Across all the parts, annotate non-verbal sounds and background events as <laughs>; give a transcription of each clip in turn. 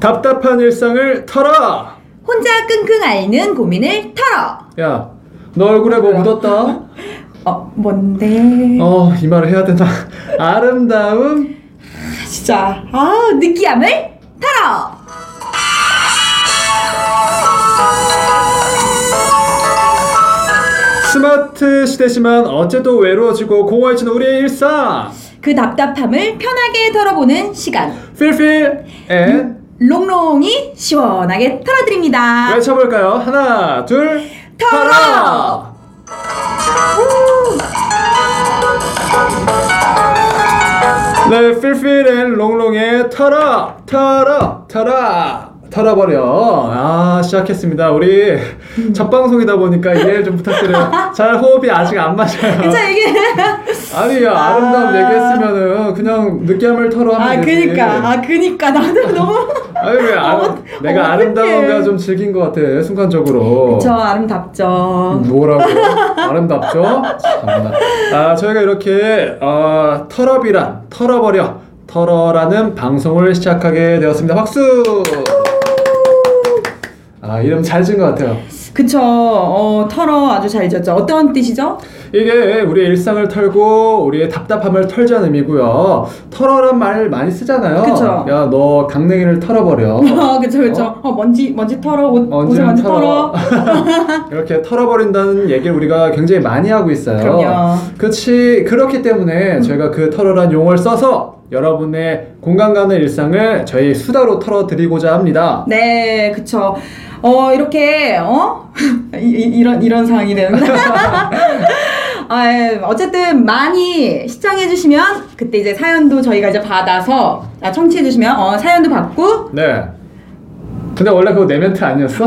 답답한 일상을 털어. 혼자 끙끙 앓는 고민을 털어. 야, 너 얼굴에 뭐 묻었다. 어, 뭔데? 어, 이 말을 해야 되나? <laughs> 아름다움. 진짜. 아, 느끼함을 털어. 스마트 시대지만 어째도 외로워지고 공허해지는 우리의 일상. 그 답답함을 편하게 털어보는 시간. 필필 앤 롱롱이 시원하게 털어드립니다. 외쳐볼까요? 하나, 둘, 털어! 네, 필필앤 롱롱의 털어, 털어, 털어, 털어버려. 아, 시작했습니다. 우리 음. 첫 방송이다 보니까 이해를 좀 부탁드려요. 잘 호흡이 아직 안 맞아요. 진짜 이게 아니, 야, 아름다움 아. 얘기했으면은 그냥 느끼함을 털어 하면 아 되지. 그니까 아 그니까 나는 너무 아니, 왜 아름, 내가 어떡해. 아름다움과 좀 즐긴 것 같아, 순간적으로. 저 아름답죠. 뭐라고 아름답죠? 참나. 아 저희가 이렇게 어, 털어비란 털어버려 털어라는 방송을 시작하게 되었습니다. 박수. 아 이름 잘 지은 것 같아요. 그쵸. 어 털어 아주 잘 지었죠. 어떤 뜻이죠? 이게 우리의 일상을 털고 우리의 답답함을 털자는 의미고요. 털어란 말 많이 쓰잖아요. 그쵸. 야너 강냉이를 털어버려. 어 그쵸 그쵸. 어 먼지 먼지 털어 옷 옷을 먼지 털어. <laughs> 이렇게 털어버린다는 얘기를 우리가 굉장히 많이 하고 있어요. 그럼요. 음. 그렇지 그렇기 때문에 저희가 그 털어란 용어를 써서 여러분의 공감 가는 일상을 저희 수다로 털어드리고자 합니다. 네 그쵸. 어 이렇게 어 <laughs> 이, 이- 이런 이런 상황이 되는구나. <laughs> 아, 예. 어쨌든 많이 시청해 주시면 그때 이제 사연도 저희가 이제 받아서 아, 청취해 주시면 어, 사연도 받고 <laughs> 네. 근데 원래 그거 내 멘트 아니었어?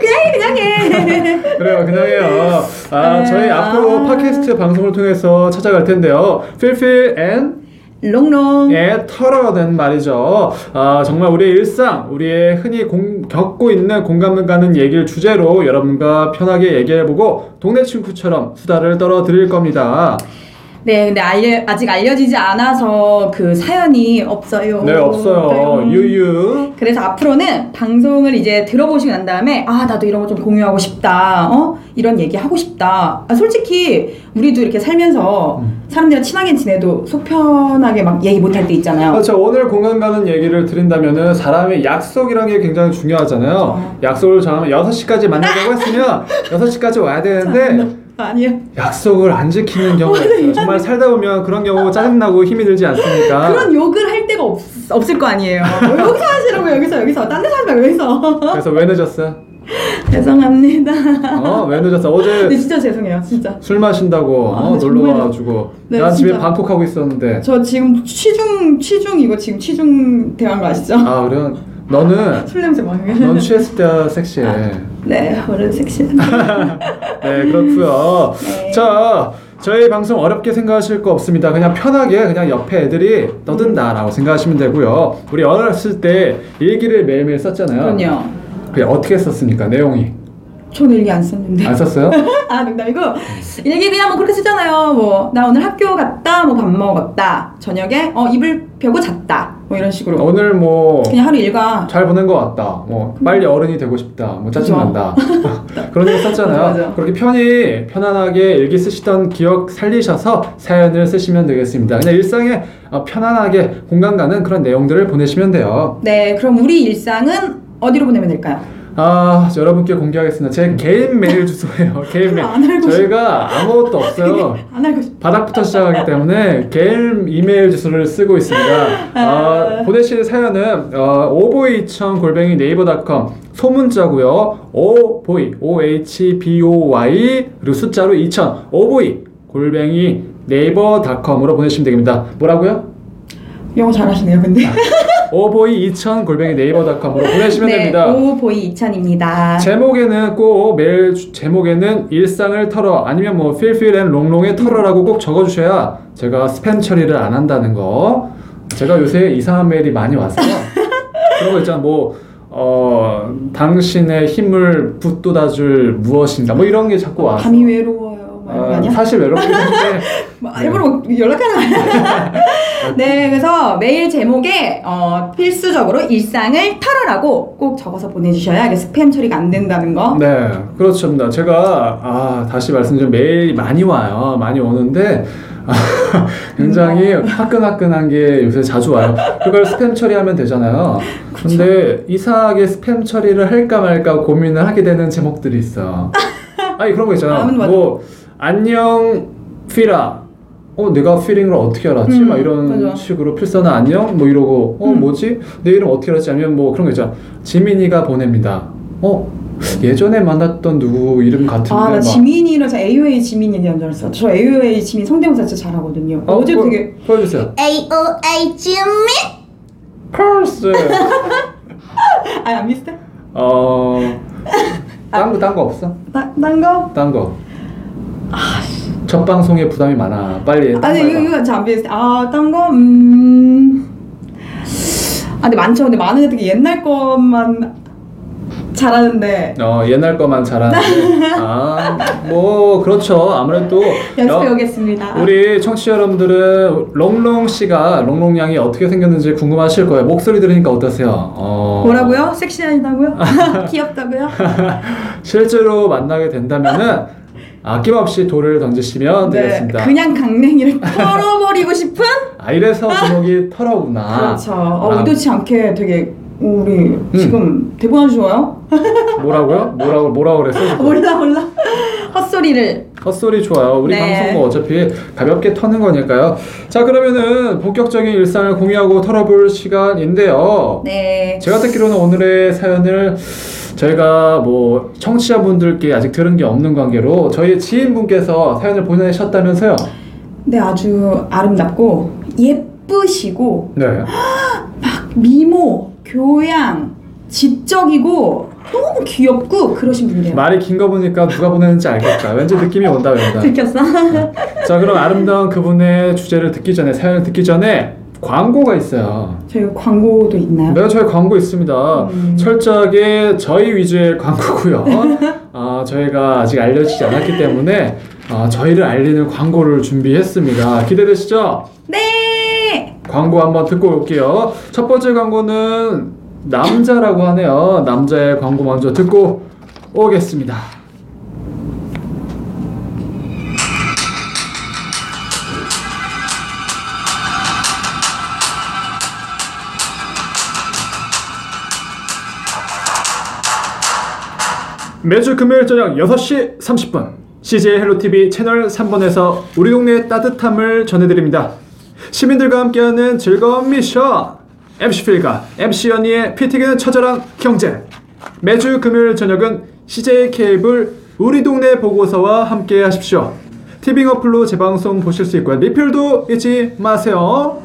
그냥 해 그냥 해. <laughs> <laughs> 그래요, 그냥 해요. 아, 네. 저희 앞으로 아. 팟캐스트 방송을 통해서 찾아갈 텐데요. Feel feel and 롱롱. 예, 털어라는 말이죠. 아, 정말 우리의 일상, 우리의 흔히 공- 겪고 있는 공감을 가는 얘기를 주제로 여러분과 편하게 얘기해보고 동네 친구처럼 수다를 떨어드릴 겁니다. 네, 근데 알려, 아직 알려지지 않아서 그 사연이 없어요. 네, 없어요. 그래요. 유유. 그래서 앞으로는 방송을 이제 들어보시고 난 다음에 아 나도 이런 거 좀 공유하고 싶다 어 이런 얘기 하고 싶다 아, 솔직히 우리도 이렇게 살면서 사람들이랑 친하게 지내도 속편하게 막 얘기 못할 때 있잖아요 그렇죠. 오늘 공감 가는 얘기를 드린다면은 사람의 약속이란 게 굉장히 중요하잖아요. 약속을 정하면 6시까지 만나자고 <laughs> 했으면 6시까지 와야 네. 되는데 아니요 약속을 안 지키는 경우가 있어요. 정말 살다 보면 그런 경우 짜증나고 힘이 들지 않습니까? 아. 그런 욕을 할 데가 없, 없을 거 아니에요 <laughs> 왜 여기서 하시라고 여기서 여기서 딴 데서 하지 말고 여기서 <laughs> 그래서 왜 늦었어? 죄송합니다 어, 왜 늦었어? 근데 어제 진짜 죄송해요 진짜 술 마신다고 아, 어, 정말. 놀러 와가지고 네, 난 집에 진짜. 방콕하고 있었는데 저 지금 취중 취중 이거 지금 취중 대한 거 아시죠? <laughs> 아 그래 너는 술 냄새 막. 넌 취했을 때야 섹시해 네, 오늘 <laughs> 섹시한. 네 그렇고요 네. 자 저희 방송 어렵게 생각하실 거 없습니다 그냥 편하게 그냥 옆에 애들이 떠든다 라고 생각하시면 되고요 우리 어렸을 때 일기를 매일매일 썼잖아요 그럼요. 그게 어떻게 썼습니까 내용이 전 일기 안 썼는데. 안 <laughs> 썼어요? 아, 농담이고. 음. 일기 그냥 뭐 그렇게 쓰잖아요. 뭐, 나 오늘 학교 갔다, 뭐 밥 먹었다. 저녁에, 어, 이불 펴고 잤다. 뭐 이런 식으로. 오늘 뭐 그냥 하루 일과. 잘 보낸 것 같다. 뭐 빨리 어른이 되고 싶다. 뭐 짜증난다. <laughs> 그런 얘기 썼잖아요. <laughs> 맞아, 맞아. 그렇게 편히 편안하게 일기 쓰시던 기억 살리셔서 사연을 쓰시면 되겠습니다. 그냥 일상에 어, 편안하게 공감 가는 그런 내용들을 보내시면 돼요. 네, 그럼 우리 일상은 어디로 보내면 될까요? 아, 저 여러분께 공개하겠습니다. 제 개인 메일 주소예요. <laughs> 개인 메일. 안 알고 싶- 저희가 아무것도 <laughs> 없어요. 안 알고 싶 바닥부터 시작하기 때문에 개인 이메일 주소를 쓰고 있습니다. 어, 보내실 사연은 어, 오보이 2000 골뱅이 네이버닷컴 소문자고요. 오보이 O H B O Y 그리고 숫자로 2000 오보이 골뱅이 네이버닷컴으로 보내시면 되겠습니다. 뭐라고요? 영어 잘하시네요, 근데. 아, 오보이 2000 골뱅이 네이버닷컴으로 보내시면 네, 됩니다. 오보이 이찬입니다. 제목에는 꼭 매일 주- 제목에는 일상을 털어 아니면 뭐 필필앤 롱롱의 털어라고 꼭 적어주셔야 제가 스팸 처리를 안 한다는 거 제가 요새 이상한 메일이 많이 와서 그런 거 있잖아 뭐 어, 당신의 힘을 붙돋아줄 무엇인가 뭐 이런 게 자꾸 와서 어, 어, 밤이 외로워요. 말하는 거 아니야? 사실 외롭긴 한데 뭐, 일부러 연락하는 거 <laughs> 아니야? 네, 그래서 메일 제목에 어, 필수적으로 일상을 털어라고 꼭 적어서 보내주셔야 이게 스팸 처리가 안 된다는 거. 네, 그렇습니다. 제가 아, 다시 말씀드리면 매일 많이 와요. 많이 오는데 아, <laughs> 굉장히 화끈화끈한 게 요새 자주 와요. 그걸 스팸 처리하면 되잖아요. 그렇죠. 근데 이상하게 스팸 처리를 할까 말까 고민을 하게 되는 제목들이 <laughs> 있어. 아니 그런 거 있잖아. 아무튼 맞아. 뭐 안녕 피라. 어 내가 피링을 어떻게 알았지? 음, 막 이런 맞아. 식으로 필사나 안녕 뭐 이러고 어 음. 뭐지? 내 이름 어떻게 알았지? 아니면 뭐 그런 거 있잖아. 지민이가 보냅니다. 어 예전에 만났던 누구 이름 같은데 아, 나 막 지민이라서 AOA 지민 얘기한 줄 알았어. 저 AOA 지민 성대모사 진짜 잘하거든요. 어, 어, 제 보- 되게 보여주세요. AOA 지민? <laughs> 펄스 아, 안 비슷해? 어딴거딴 거 없어? 나, 난 거? 딴 거. 첫 방송에 부담이 많아. 빨리 딴거 아니, 이거, 해봐. 이거 잘안 비슷해. 아, 딴 거? 음. 아, 근데 많죠. 근데 많은 게 되게 옛날 것만 잘하는데. 어 옛날 거만 <laughs> 잘하는데 아, 아뭐 그렇죠 아무래도 연습해 여- 오겠습니다. 우리 청취자 여러분들은 롱롱 씨가 롱롱 양이 어떻게 생겼는지 궁금하실 거예요 목소리 들으니까 어떠세요? 어, 아, 뭐라고요? 섹시하다고요? <laughs> <laughs> 귀엽다고요? 실제로 만나게 된다면은 아낌없이 돌을 던지시면 되겠습니다. 네. 그냥 강냉이를 <laughs> 털어버리고 싶은? 아 이래서 제목이 털어구나. 그렇죠. 어, 아, 의도치 않게 되게 우리 음. 지금 대본 안 좋아요? 뭐라고요? 뭐라고 뭐라고 그랬어? 몰라 몰라. <laughs> 헛소리를. 헛소리 좋아요. 우리 네. 방송도 어차피 가볍게 터는 거니까요. 자 그러면은 본격적인 일상을 공유하고 털어볼 시간인데요. 네. 제가 듣기로는 오늘의 사연을 저희가 뭐 청취자분들께 아직 들은 게 없는 관계로 저희 지인분께서 사연을 보내셨다면서요? 네 아주 아름답고 예쁘시고 네. 미모, 교양, 지적이고 너무 귀엽고 그러신 분이에요. 말이 긴 거 보니까 누가 보내는지 알겠다. 왠지 느낌이 온다 온다. 들켰어? <laughs> 자 그럼 아름다운 그분의 주제를 듣기 전에 사연을 듣기 전에 광고가 있어요. 저희 광고도 있나요? 네, 저희 광고 있습니다. 음. 철저하게 저희 위주의 광고고요. 아, 저희가 아직 알려지지 않았기 때문에 아, 저희를 알리는 광고를 준비했습니다. 기대되시죠? 네. 광고 한번 듣고 올게요. 첫 번째 광고는 남자라고 하네요. 남자의 광고 먼저 듣고 오겠습니다. 매주 금요일 저녁 6시 30분 CJ 헬로TV 채널 3번에서 우리 동네의 따뜻함을 전해드립니다. 시민들과 함께하는 즐거운 미션 MC 필과 MC 연희의 피튀기는 처절한 경제 매주 금요일 저녁은 CJ 케이블 우리 동네 보고서와 함께 하십시오. 티빙 어플로 재방송 보실 수 있고요. 리필도 잊지 마세요.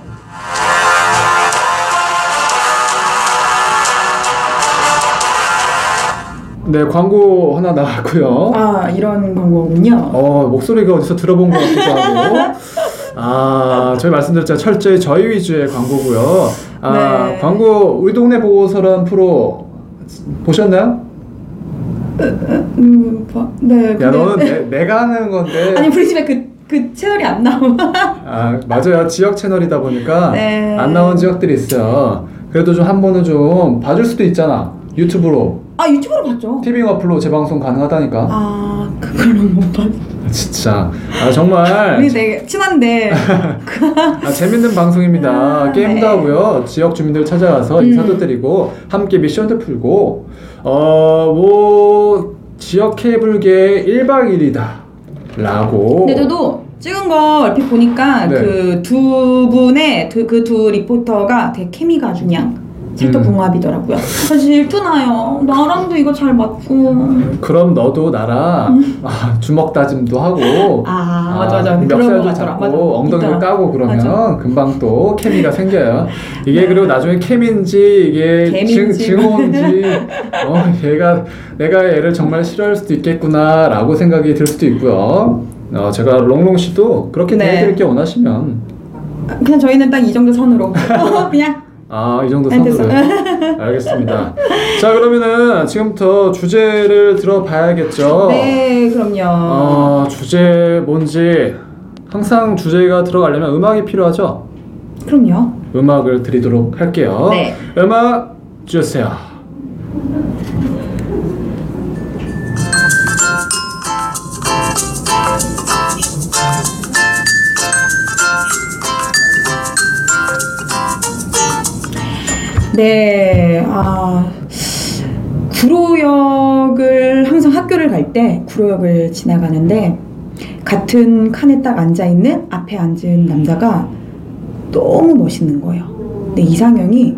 네, 광고 하나 나왔고요. 아 이런 광고군요. 어 목소리가 어디서 들어본 것 같기도 하고 아 저희 말씀드렸죠 철저히 저희 위주의 광고고요 아 네. 광고 우리 동네 보고서란 프로 보셨나요? 음, 봐- 네. 야 너는 <laughs> 네. 내, 내가 하는 건데 아니 우리 집에 그, 그 채널이 안 나와. <laughs> 아 맞아요 지역 채널이다 보니까 네. 안 나온 지역들이 있어요 그래도 좀 한 번은 좀 봐줄 수도 있잖아 유튜브로 아 유튜브로 봤죠. 티빙 어플로 재방송 가능하다니까 아 그걸로 <laughs> 못 봤. 진짜 아 정말 우리 되게 친한데. <laughs> 아, 재밌는 방송입니다. 아, 게임도 네. 하고요. 지역 주민들 찾아가서 음. 인사도 드리고 함께 미션도 풀고 어, 어뭐 지역 케이블계 1박 2일이다. 라고. 근데 저도 찍은 거 얼핏 보니까 네. 그 두 분의 그 두 리포터가 되게 케미가 아주 그냥 음. 찰떡궁합이더라고요. 아, 질투나요. 나랑도 이거 잘 맞고. 그럼 너도 나랑 아, 주먹 다짐도 하고 아, 맞아, 맞아. 근데 그런 거 멱살도 같더라. 맞아. 잡고 엉덩이를 있더라. 까고 그러면 맞아. 네. 금방 또 케미가 <laughs> 생겨요. 이게 그리고 나중에 케미인지 이게 증, 개미인지. 증오인지 어, 얘가 내가 얘를 정말 싫어할 수도 있겠구나라고 생각이 들 수도 있고요. 어, 제가 롱롱 씨도 그렇게 네. 대해드릴 게 원하시면 <laughs> 그냥 저희는 딱 이 정도 선으로 그냥 아, 이 정도 안 됐어. 선으로. 알겠습니다. 자, 그러면은 지금부터 주제를 들어봐야겠죠. <laughs> 네, 그럼요. 어, 주제 뭔지 항상 주제가 들어가려면 음악이 필요하죠. 그럼요. 음악을 드리도록 할게요. 네. 음악 주세요. 네, 아, 구로역을 항상 학교를 갈 때 구로역을 지나가는데 같은 칸에 딱 앉아 있는 앞에 앉은 남자가 너무 멋있는 거예요. 근데 이상형이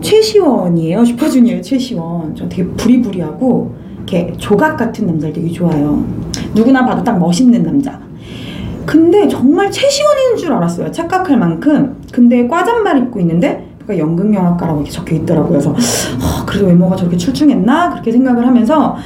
최시원이에요. 슈퍼주니어의 최시원. 저 되게 부리부리하고 이렇게 조각 같은 남자를 되게 좋아해요. 누구나 봐도 딱 멋있는 남자. 근데 정말 최시원인 줄 알았어요. 착각할 만큼. 근데 과잠만 입고 있는데 그가 연극영화과라고 이렇게 적혀 있더라고요. 그래서 아, 그래도 외모가 저렇게 출중했나 그렇게 생각을 하면서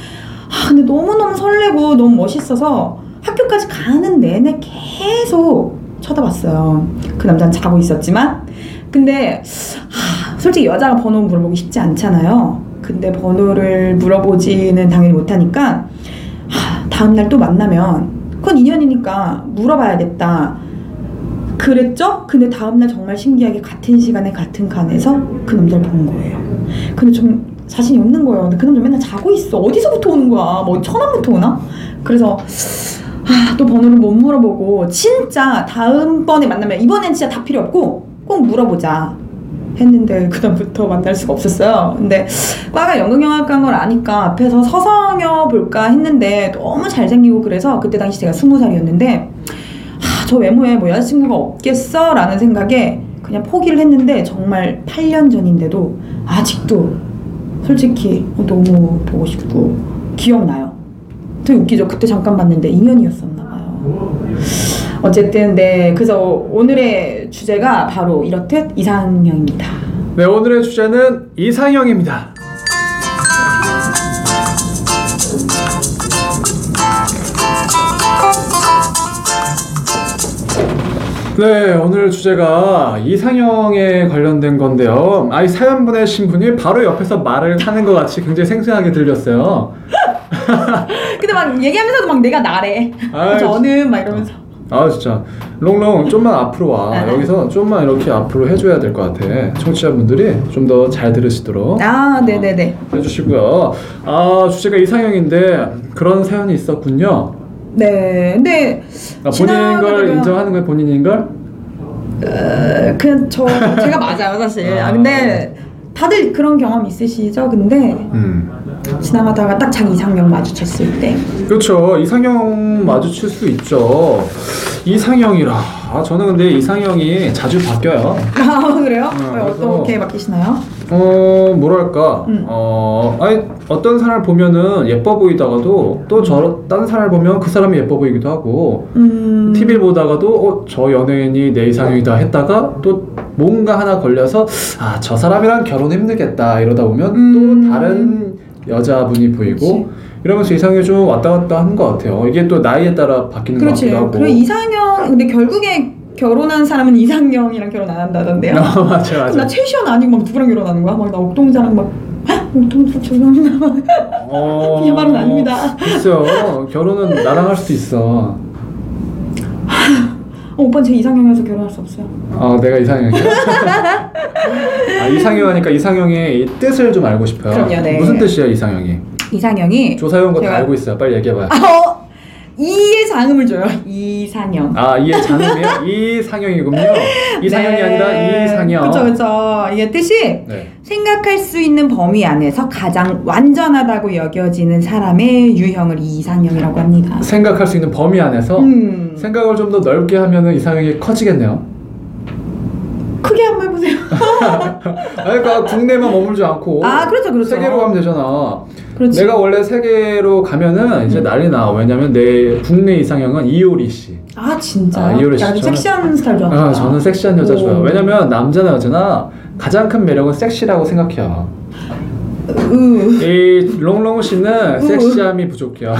아 근데 너무 너무 설레고 너무 멋있어서 학교까지 가는 내내 계속 쳐다봤어요. 그 남자는 자고 있었지만 근데 아, 솔직히 여자가 번호 물어보기 쉽지 않잖아요. 근데 번호를 물어보지는 당연히 못하니까 아, 다음날 또 만나면 그건 인연이니까 물어봐야겠다. 그랬죠? 근데 다음날 정말 신기하게 같은 시간에 같은 칸에서 그 남자를 본 거예요. 근데 좀 자신이 없는 거예요. 근데 그 남자 맨날 자고 있어. 어디서부터 오는 거야? 뭐 천안부터 오나? 그래서 아, 또 번호를 못 물어보고 진짜 다음번에 만나면 이번엔 진짜 다 필요 없고 꼭 물어보자. 했는데 그다음부터 만날 수가 없었어요. 근데 과가 연극영화과인 걸 아니까 앞에서 서성여 볼까 했는데 너무 잘생기고 그래서 그때 당시 제가 스무 살이었는데 아, 저 외모에 뭐 여자친구가 없겠어? 라는 생각에 그냥 포기를 했는데 정말 8년 전인데도 아직도 솔직히 너무 보고 싶고 기억나요. 되게 웃기죠. 그때 잠깐 봤는데 인연이었었나 봐요. 어쨌든 네 그래서 오늘의 주제가 바로 이렇듯 이상형입니다. 네, 오늘의 주제는 이상형입니다. 네, 오늘 주제가 이상형에 관련된 건데요. 아이 사연 보내신 분이 바로 옆에서 말을 하는 것 같이 굉장히 생생하게 들렸어요. 근데 막 얘기하면서도 막 내가 나래. 아이, 저는 막 이러면서 아 진짜 롱롱 좀만 앞으로 아. 와 여기서 좀만 이렇게 앞으로 해줘야 될 것 같아 청취자분들이 좀 더 잘 들으시도록 아 네네네 해주시고요 아 주제가 이상형인데 그런 사연이 있었군요 네 근데 아, 본인인 지나가다가- 걸 인정하는 거예요 본인인 걸? 어, 그냥 저 제가 맞아요 사실. 아 근데 다들 그런 경험 있으시죠? 근데 음 지나가다가 딱 자기 이상형 마주쳤을 때. <laughs> 그렇죠 이상형 마주칠 수 있죠 이상형이라 아, 저는 근데 이상형이 자주 바뀌어요 아 그래요? 아, 왜 그래서- 어떻게 맡기시나요? 어 뭐랄까 음. 어 아니 어떤 사람을 보면은 예뻐 보이다가도 또 저 다른 사람을 보면 그 사람이 예뻐 보이기도 하고 음. TV 를 보다가도 어, 저 연예인이 내 이상형이다 했다가 또 뭔가 하나 걸려서 아 저 사람이랑 결혼 힘들겠다 이러다 보면 음. 또 다른 여자분이 보이고 그치. 이러면서 이상형이 좀 왔다 갔다 하는 것 같아요. 이게 또 나이에 따라 바뀌는 것 그렇지. 같기도 하고. 그리고 이상형 근데 결국에 결혼한 사람은 이상형이랑 결혼 안 한다던데요. 어, <laughs> 맞아 그럼 나 맞아. 최시원 아니고 막 누구랑 결혼하는 거야? 막 나 옥동자랑 막 헉, 옥동자 죄송합니다. 어, 이 말은 아닙니다. 글쎄요. 결혼은 나랑 할 수 있어. 어, 오빠 제 이상형이어서 결혼할 수 없어요. 아 내가 이상형이야? <laughs> 아, 이상형 하니까 이상형의 이 뜻을 좀 알고 싶어요. 그럼요, 네. 무슨 뜻이야 이상형이? 이상형이 조사용 거다 제가- 알고 있어요. 빨리 얘기해봐요. 아, 어, 이의 장음을 줘요. 이상형. 아 이게 <laughs> 장르요? 이상형이군요. 이상형이 아니라 이상형. 네. 그렇죠, 그렇죠. 이게 뜻이 네. 생각할 수 있는 범위 안에서 가장 완전하다고 여겨지는 사람의 유형을 이상형이라고 합니다. 생각할 수 있는 범위 안에서 음, 생각을 좀 더 넓게 하면은 이상형이 커지겠네요. 크게 한번 해보세요. 아, 그러니까 국내만 머물지 않고 아, 그렇죠, 그렇죠. 세계로 가면 되잖아. 그렇지. 음. 내가 원래 세계로 가면은 이제 난리 나. 왜냐면 내 국내 이상형은 이효리 씨. 아 진짜. 아, 이효리 씨, 약간 저는- 섹시한 스타일 좋아하나? 아, 저는 섹시한 여자 오. 좋아요. 왜냐면 남자나 여자나 가장 큰 매력은 섹시라고 생각해요. 으, 이 롱롱 씨는 음. 섹시함이 부족해요.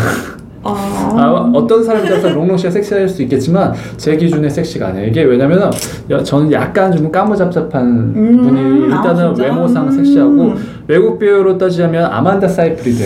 어. 아, 어떤 사람 따라서 롱롱 씨가 섹시할 수 있겠지만 제 기준의 섹시가 아니에요. 이게 왜냐면은 여- 저는 약간 좀 까무잡잡한 음, 분이 일단은 아, 진짜? 외모상 섹시하고 음. 외국 배우로 따지자면 아만다 사이프리드,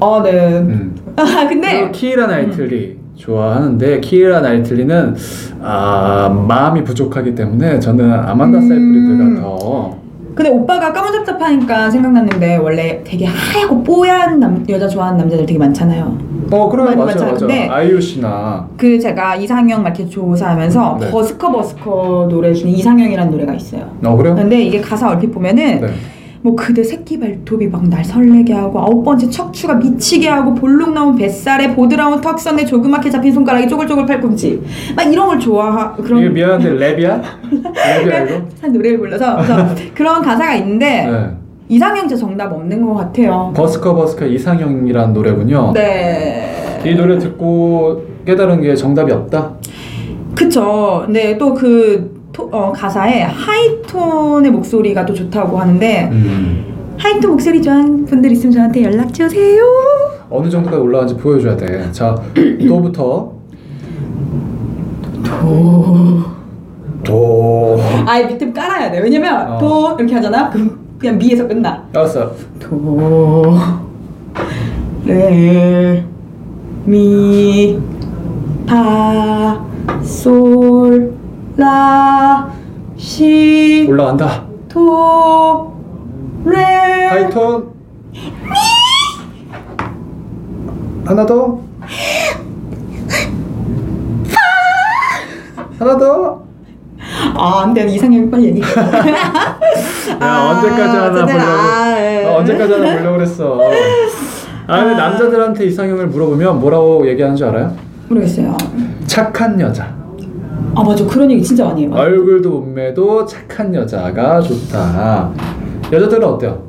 아, 네. 음. 아, <laughs> 근데 그리고 키이라 나이틀리 좋아하는데 키이라 나이틀리는 아, 마음이 부족하기 때문에 저는 아만다 음. 사이프리드가 더 근데 오빠가 까무잡잡하니까 생각났는데 원래 되게 하얗고 뽀얀 남, 여자 좋아하는 남자들 되게 많잖아요. 어, 그러면 많이 맞아요, 맞아요. 맞췄는데. 아이유 씨나 그 제가 이상형 마켓 조사하면서 네. 버스커 버스커 노래 중에 이상형이라는 노래가 있어요. 어 그래요? 근데 이게 가사 얼핏 보면은 네. 뭐 그대 새끼 발톱이 막 날 설레게 하고 아홉 번째 척추가 미치게 하고 볼록 나온 뱃살에 보드라운 턱선에 조그맣게 잡힌 손가락이 쪼글쪼글 팔꿈치 막 이런 걸 좋아하 이게 그런 미안한데 랩이야? 랩이야 이거? 한 노래를 불러서 그래서 <laughs> 그런 가사가 있는데 네. 이상형 제 정답 없는 것 같아요. 버스커 버스커 이상형이라는 노래군요. 네. 이 노래 듣고 깨달은 게 정답이 없다. 그쵸. 근데 또 그 어, 가사에 하이톤의 목소리가 또 좋다고 하는데 음. 하이톤 목소리 좋아하는 분들 있으면 저한테 연락 주세요. 어느 정도까지 올라가는지 보여줘야 돼. 자, 도부터. 도. 도. 아예 밑에 깔아야 돼. 왜냐면 어. 도 이렇게 하잖아. 그럼 그냥 미에서 끝나. 알았어. 도, 레, 네. 미, 파, 솔, 라, 시, 올라간다. 도, 레. 하이톤. 하나 더. 하나 더. 아, 안 돼. 이상형 빨리 <laughs> 얘기해. 아, 야 네, 언제까지 하나 보려고 예. 아, 언제까지 하나 보려고 그랬어 아 근데 남자들한테 이상형을 물어보면 뭐라고 얘기하는 줄 알아요? 모르겠어요. 착한 여자 아, 맞아. 그런 얘기 진짜 많이 해요. 얼굴도 몸매도 착한 여자가 좋다 여자들은 어때요?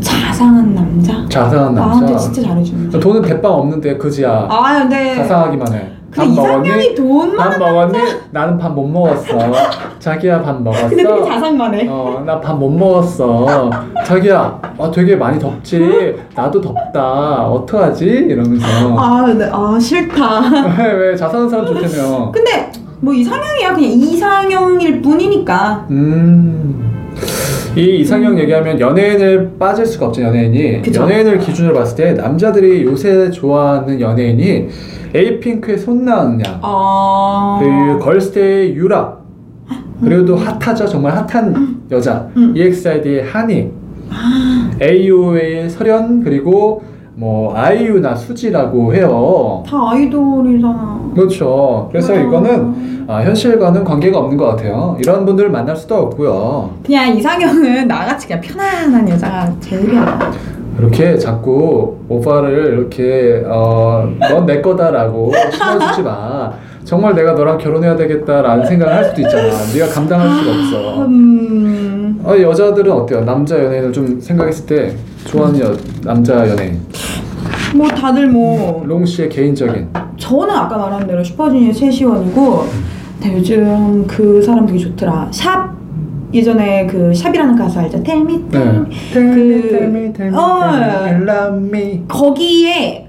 자상한 남자? 자상한 아, 남자 근데 진짜 잘해주는 거. 돈은 대빵 없는데 그지야 아, 근데. 자상하기만 해 근데 이상형이 돈 밥 많은 먹었니? 나는 밥 못 먹었어 자기야 밥 먹었어? 근데 되게 자상만해. 어, 나 밥 못 먹었어. 자기야, 아, 되게 많이 덥지? 나도 덥다. 어떡하지? 이러면서. <laughs> 아, 근데, 아, 싫다. 왜, 왜, 자상한 사람 좋다며. 근데 뭐 이상형이야. 그냥 이상형일 뿐이니까. 음. 이 이상형 얘기하면 연예인을 빠질 수가 없죠, 연예인이. 그쵸. 연예인을 기준으로 봤을 때 남자들이 요새 좋아하는 연예인이 에이핑크의 손나은 양, 아. 그 걸스데이의 유라, 그리고 또 핫하죠, 정말 핫한 여자, E 음. 아. EXID의 한이, AOA의 설현 그리고 뭐 아이유나 수지라고 해요. 다 아이돌이잖아. 그렇죠. 그래서 맞아. 이거는 아, 현실과는 관계가 없는 것 같아요. 이런 분들 만날 수도 없고요. 그냥 이상형은 나같이 그냥 편안한 여자가 제일이야. 이렇게 자꾸 오빠를 이렇게 어, 넌 내 거다라고 심어주지 마. 정말 내가 너랑 결혼해야 되겠다라는 생각을 할 수도 있잖아. 네가 감당할 수가 아, 없어. 음. 어, 여자들은 어때요? 남자 연예인을 좀 생각했을 때 좋아하는 여, 남자 연예인. 뭐 다들 뭐 롱 씨의 개인적인. 저는 아까 말한 대로 슈퍼주니어 최시원이고 근데 요즘 그 사람 되게 좋더라. 샵 예전에 그 샵이라는 가수 알죠? 텔미 네. 그 어. 거기에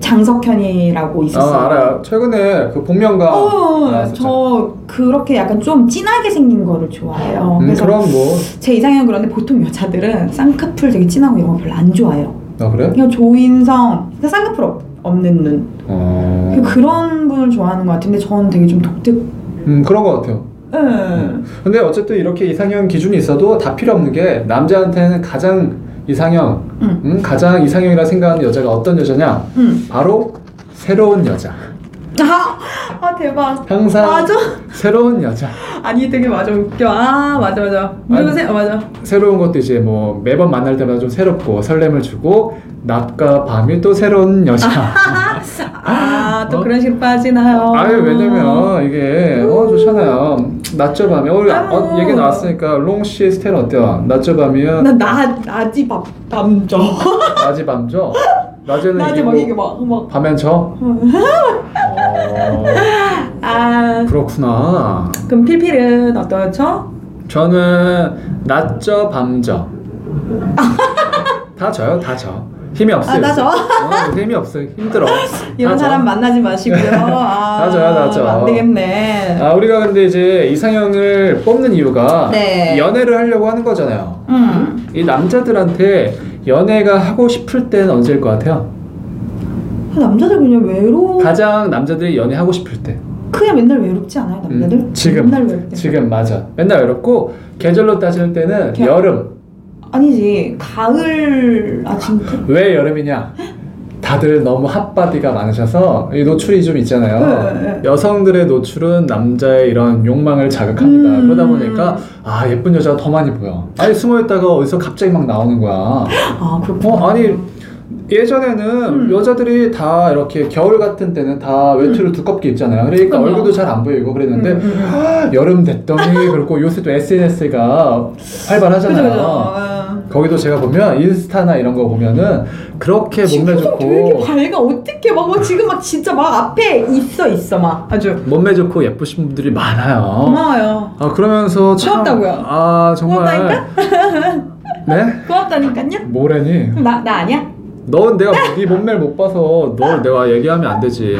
장석현이라고 아 있었어요. 알아요. 아, 최근에 그 복면가 어, 나왔었죠. 저 그렇게 약간 좀 진하게 생긴 거를 좋아해요. 음, 그래서 그럼 뭐. 제 이상형 그런데 보통 여자들은 쌍꺼풀 되게 진하고 이런 거 별로 안 좋아해요. 아 그래? 그냥 조인성, 그러니까 쌍꺼풀 없, 없는 눈 어. 그- 그런 분을 좋아하는 것 같은데 저는 되게 좀 독특. 음 그런 것 같아요. 예. 근데 어쨌든 이렇게 이상형 기준이 있어도 다 필요 없는 게 남자한테는 가장 이상형, 응. 음, 가장 이상형이라 생각하는 여자가 어떤 여자냐? 응. 바로 새로운 여자. 아, 아 대박. 항상 맞아. 새로운 여자. 아니 되게 맞아 웃겨. 아 맞아 맞아. 아니. 그리고 세, 어, 맞아. 새로운 것도 이제 뭐 매번 만날 때마다 좀 새롭고 설렘을 주고 낮과 밤이 또 새로운 <laughs> 여자. 아또 어? 그런 식으로 빠지나요? 아유 왜냐면 이게 어 좋잖아요 낮저 밤이 어, 어, 아유. 얘기 나왔으니까 롱 씨의 스타일 어때요? 낮저 밤이면 나나 낮이 밤 <laughs> 밤죠. 낮이 <laughs> 밤죠? 낮에는 낮에 막 이게 뭐. 이기고 막막 밤엔 져? 어, 아 그렇구나 그럼 필필은 어떠죠? <laughs> 저는 낮저 밤저 다 져요 다져 힘이 없어요. 아, 나죠. 어, 힘이 없어요. 힘들어. <laughs> 이런 나죠. 사람 <laughs> 만나지 마시고요. 아, 맞아요, 맞아요. 안 되겠네. 아, 우리가 근데 이제 이상형을 뽑는 이유가 네. 연애를 하려고 하는 거잖아요. 음. 이 남자들한테 연애가 하고 싶을 때는 언제일 것 같아요? 아, 남자들 그냥 외로워. 가장 남자들이 연애하고 싶을 때. 그냥 맨날 외롭지 않아요, 음, 남자들? 지금 맨날 외롭대. 지금 맞아. 맨날 외롭고 계절로 따질 때는 겨- 여름. 아니지, 가을 아침부터? 왜 여름이냐? 다들 너무 핫바디가 많으셔서 이 노출이 좀 있잖아요. 네, 네. 여성들의 노출은 남자의 이런 욕망을 자극합니다. 음. 그러다 보니까 아 예쁜 여자가 더 많이 보여. 아니 숨어있다가 어디서 갑자기 막 나오는 거야. 아, 그렇구나. 어 아니 예전에는 음. 여자들이 다 이렇게 겨울 같은 때는 다 외투를 두껍게 입잖아요. 그러니까 그럼요. 얼굴도 잘 안 보이고 그랬는데 음, 음, 아, 여름 <laughs> 됐더니 그렇고 요새 또 SNS가 그죠, 활발하잖아요. 그죠. 아. 거기도 제가 보면 인스타나 이런 거 보면은 그렇게 네, 몸매 지금 표정 되게 좋고 밝아. 어떻게 막, 막 지금 막 진짜 막 앞에 있어, 있어, 막. 아주. 몸매 좋고 예쁘신 분들이 많아요. 고마워요. 아 그러면서 참 고맙다고요. 아 정말 네 고맙다니까요? 뭐래니? 나, 나 아니야? 넌 내가 네 몸매를 못 봐서 널 내가 얘기하면 안 되지.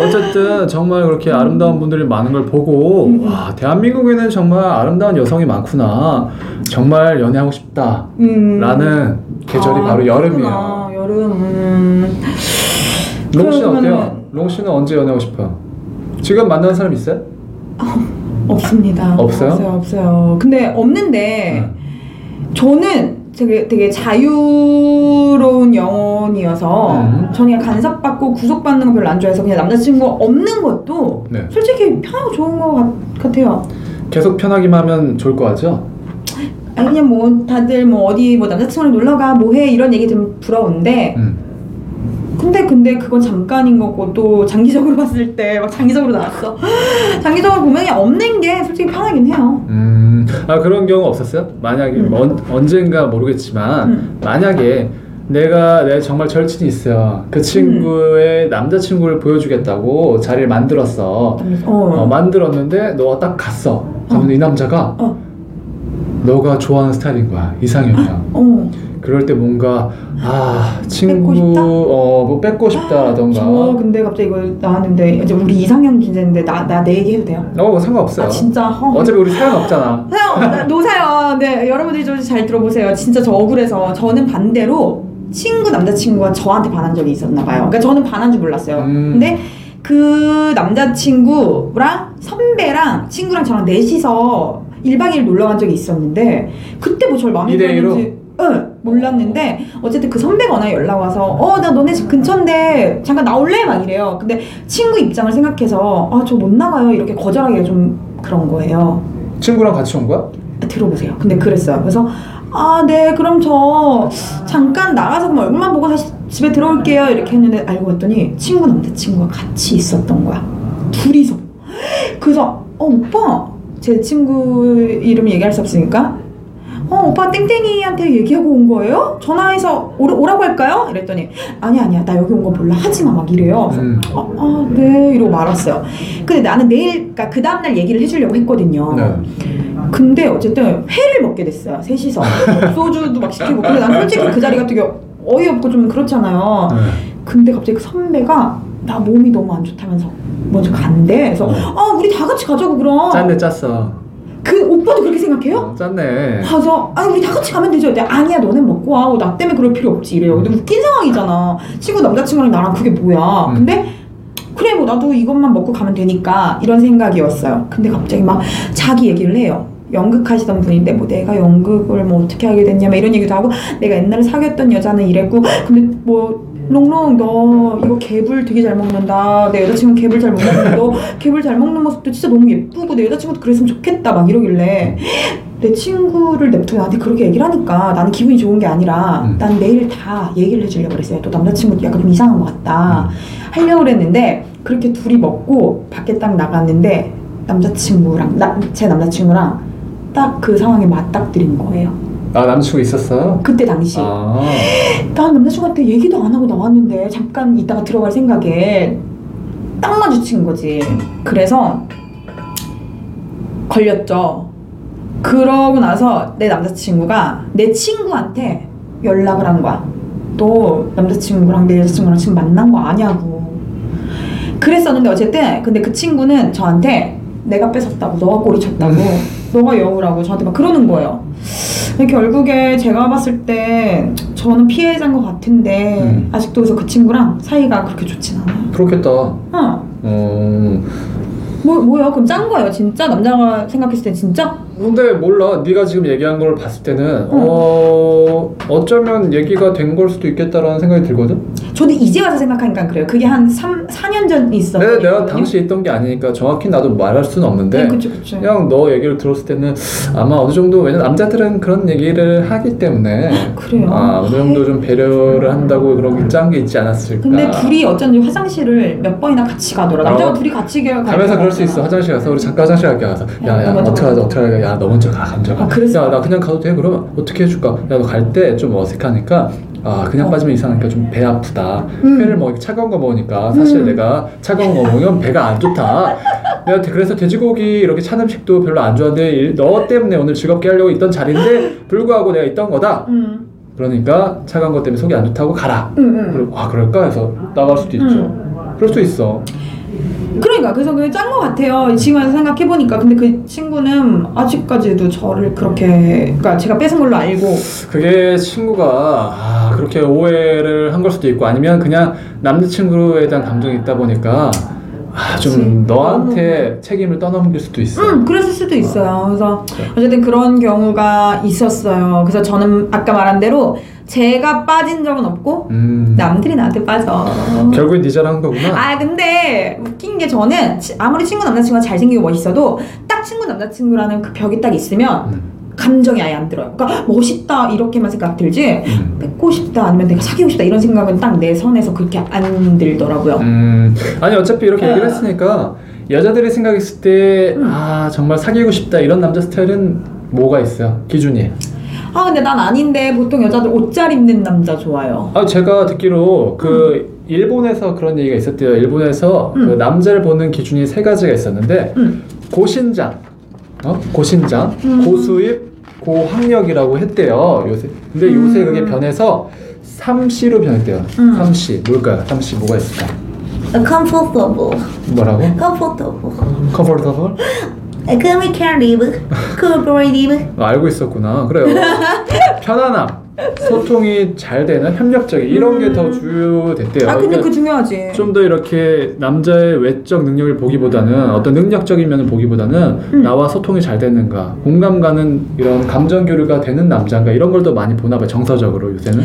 어쨌든 정말 그렇게 아름다운 분들이 많은 걸 보고 음. 와 대한민국에는 정말 아름다운 여성이 많구나. 정말 연애하고 싶다라는 음. 계절이 아, 바로 여름이에요. 그렇구나. 여름. 음. 롱 씨는 그러면은- 어때요? 롱 씨는 언제 연애하고 싶어요? 지금 만나는 사람 있어요? 없습니다. 없어요? 없어요. 없어요. 근데 없는데 네. 저는 되게 되게 자유로운 영혼이어서 음. 저는 그냥 간섭받고 구속받는 거 별로 안 좋아해서 그냥 남자친구 없는 것도 네. 솔직히 편하고 좋은 거 같, 같아요. 계속 편하기만 하면 좋을 것 같죠? 아니 그냥 뭐 다들 뭐 어디 뭐 남자친구랑 놀러 가 뭐 해 이런 얘기 좀 부러운데 음. 근데 근데 그건 잠깐인 거고 또 장기적으로 <laughs> 봤을 때 막 장기적으로 나왔어. <laughs> 장기적으로 보면 그냥 없는 게 솔직히 편하긴 해요. 음. 아 그런 경우 없었어요? 만약에 음. 언, 언젠가 모르겠지만 음. 만약에 내가 내 정말 절친이 있어요. 그 친구의 남자친구를 보여주겠다고 자리를 만들었어. 어, 만들었는데 너가 딱 갔어. 그러면 이 남자가 어. 너가 좋아하는 스타일인 거야. 이상형이야. 어. 그럴 때 뭔가 아 뺏고 친구 싶다? 아, 어뭐 뺏고 싶다라던가 저 근데 갑자기 이거 나왔는데 이제 우리 이상형 주제인데 나 나 내 얘기 해도 돼요? 어 상관없어요. 아 진짜 허. 어차피 우리 사연 없잖아. 사연 나- 노사연 네 여러분들이 좀 잘 들어보세요. 진짜 저 억울해서 저는 반대로 친구 남자친구가 저한테 반한 적이 있었나 봐요. 그러니까 저는 반한 줄 몰랐어요. 음. 근데 그 남자친구랑 선배랑 친구랑 저랑 넷이서 1박 2일 놀러 간 적이 있었는데 그때 뭐 저를 마음에 이대 일로? 들었는지 응, 몰랐는데 어쨌든 그 선배가 워낙 연락 와서 어 나 너네 집 근처인데 잠깐 나올래 막 이래요. 근데 친구 입장을 생각해서 아 저 못 나가요 이렇게 거절하기가 좀 그런 거예요. 친구랑 같이 온 거야? 들어보세요. 근데 그랬어요. 그래서 아, 네, 그럼 저 잠깐 나가서 그럼 얼굴만 보고 다시 집에 들어올게요. 이렇게 했는데 알고 봤더니 친구 남자친구가 같이 있었던 거야. 둘이서. 그래서 어, 오빠. 제 친구 이름 얘기할 수 없으니까 어, 오빠 땡땡이한테 얘기하고 온 거예요? 전화해서 오라, 오라고 할까요? 이랬더니 아니 아니야. 나 여기 온 거 몰라. 하지 마. 막 이래요. 그래서 음. 아, 아, 네. 이러고 말았어요. 근데 나는 내일 그러니까 그 다음 날 얘기를 해 주려고 했거든요. 네. 근데 어쨌든 회를 먹게 됐어요 셋이서 소주도 막 시키고 근데 난 솔직히 그 자리가 되게 어이없고 좀 그렇잖아요 네. 근데 갑자기 그 선배가 나 몸이 너무 안 좋다면서 먼저 간대 그래서 아 우리 다 같이 가자고 그럼 어. 짠네 짰어. 그 오빠도 그렇게 생각해요? 어, 짰네. 가서 아니 우리 다 같이 가면 되죠 근데 아니야 너네 먹고 와나 때문에 그럴 필요 없지 이래요 근데 웃긴 상황이잖아 친구 남자친구랑 나랑 그게 뭐야 음. 근데 그래 뭐 나도 이것만 먹고 가면 되니까 이런 생각이었어요 근데 갑자기 막 자기 얘기를 해요 연극하시던 분인데 뭐 내가 연극을 뭐 어떻게 하게 됐냐 막 이런 얘기도 하고 내가 옛날에 사귀었던 여자는 이랬고 근데 뭐 롱롱 너 이거 개불 되게 잘 먹는다 내 여자친구 개불 잘 먹는데 너 개불 잘 먹는 모습도 진짜 너무 예쁘고 내 여자친구도 그랬으면 좋겠다 막 이러길래 내 친구를 냅둬 나한테 그렇게 얘기를 하니까 나는 기분이 좋은 게 아니라 음. 난 내일 다 얘기를 해주려고 그랬어요 또 남자친구도 약간 좀 이상한 것 음. 같다 하려고 그랬는데 그렇게 둘이 먹고 밖에 딱 나갔는데 남자친구랑 나, 제 남자친구랑 딱 그 상황에 맞닥뜨린 거예요 아 남친구 있었어요? 그때 당시 아. 난 남자친구한테 얘기도 안 하고 나왔는데 잠깐 이따가 들어갈 생각에 딱 마주친 거지. 그래서 걸렸죠. 그러고 나서 내 남자친구가 내 친구한테 연락을 한 거야. 너 남자친구랑 내 여자친구랑 지금 만난 거 아냐고. 그랬었는데 어쨌든 근데 그 친구는 저한테 내가 뺏었다고 너가 꼬리 쳤다고 너가 여우라고 저한테 막 그러는 거예요. 근데 결국에 제가 봤을 때 저는 피해자인 것 같은데 음. 아직도 그래서 그 친구랑 사이가 그렇게 좋진 않아요. 그렇겠다. 어. 어. 뭐, 뭐야? 그럼 짠 거예요? 진짜? 남자가 생각했을 때 진짜? 근데 몰라. 네가 지금 얘기한 걸 봤을 때는 응. 어 어쩌면 얘기가 된 걸 수도 있겠다라는 생각이 들거든. 저도 이제 와서 생각하니까 그래요. 그게 한 3, 4년 전이 있었어요. 네, 내, 내가 당시 있던 게 아니니까 정확히 나도 말할 수는 없는데. 네, 그쵸, 그쵸. 그냥 너 얘기를 들었을 때는 아마 어느 정도 왜냐 남자들은 그런 얘기를 하기 때문에 그래요. 아 어느 정도 좀 배려를 한다고 그런 게 짠 게 있지 않았을까. 네. 근데 둘이 어쩐지 화장실을 몇 번이나 같이 가더라. 남자가 어. 둘이 같이 가- 갈 가면서 때가 그럴 수 있어 많잖아. 화장실 가서 우리 잠깐 화장실 갈게 가서 야, 야야 너 먼저 어떻게 가. 하자 어떻게 하자 야너 먼저 가 먼저 아, 가 그랬어? 야 나 그냥 가도 돼 그러면 어떻게 해줄까 야 너 갈 때 좀 어색하니까 아 그냥 빠지면 이상하니까 좀 배 아프다 음. 회를 먹 차가운 거 먹으니까 사실 음. 내가 차가운 거 먹으면 배가 안 좋다 내가 대- 그래서 돼지고기 이렇게 찬 음식도 별로 안 좋아하는데 일- 너 때문에 오늘 즐겁게 하려고 있던 자리인데 불구하고 내가 있던 거다 음. 그러니까 차가운 것 때문에 속이 안 좋다고 가라 음, 음. 그리고 아 그럴까 해서 나갈 수도 있죠 그럴 수 있어 그러니까 그래서 그게 짠 것 같아요. 지금 와서 생각해 보니까 근데 그 친구는 아직까지도 저를 그렇게 그러니까 제가 뺏은 걸로 알고 그게 친구가 아, 그렇게 오해를 한 걸 수도 있고 아니면 그냥 남자친구에 대한 감정이 있다 보니까 아, 좀 그치. 너한테 책임을 떠넘길 수도 있어. 음, 그랬을 수도 있어요. 그래서 그렇죠. 어쨌든 그런 경우가 있었어요. 그래서 저는 아까 말한 대로 제가 빠진 적은 없고 음. 남들이 나한테 빠져. 결국엔 네 잘한 거구나. 아 근데 웃긴 게 저는 치- 아무리 친구 남자친구가 잘생기고 멋있어도 딱 친구 남자친구라는 그 벽이 딱 있으면 음, 감정이 아예 안 들어요. 그러니까 멋있다 이렇게만 생각 들지 음. 뺏고 싶다 아니면 내가 사귀고 싶다 이런 생각은 딱 내 선에서 그렇게 안 들더라고요. 음. 아니 어차피 이렇게 어. 얘기를 했으니까 여자들이 생각했을 음. 때 아 정말 사귀고 싶다 이런 남자 스타일은 뭐가 있어요? 기준이. 아 근데 난 아닌데 보통 여자들 옷 잘 입는 남자 좋아요. 아 제가 듣기로 그 일본에서 그런 얘기가 있었대요. 일본에서 그 음. 남자를 보는 기준이 세 가지가 있었는데 응. 고신장, 어? 고신장, 음. 고수입, 고학력이라고 했대요. 요새. 근데 음. 요새 그게 변해서 3C로 변했대요. 음. 3C 뭘까요? 3C 뭐가 있을까? comfortable, 뭐라고? comfortable. Comfortable? Come we can live, come we live. 아, 알고 있었구나. <laughs> 그래요. 편안함, 소통이 잘 되는 협력적인 이런 게 더 주요됐대요. 음. 그러니까 아 근데 그 중요하지. 좀 더 이렇게 남자의 외적 능력을 보기보다는 어떤 능력적인 면을 보기보다는 음. 나와 소통이 잘 되는가 공감 가는 이런 감정 교류가 되는 남자인가 이런 걸 더 많이 보나 봐요 정서적으로 요새는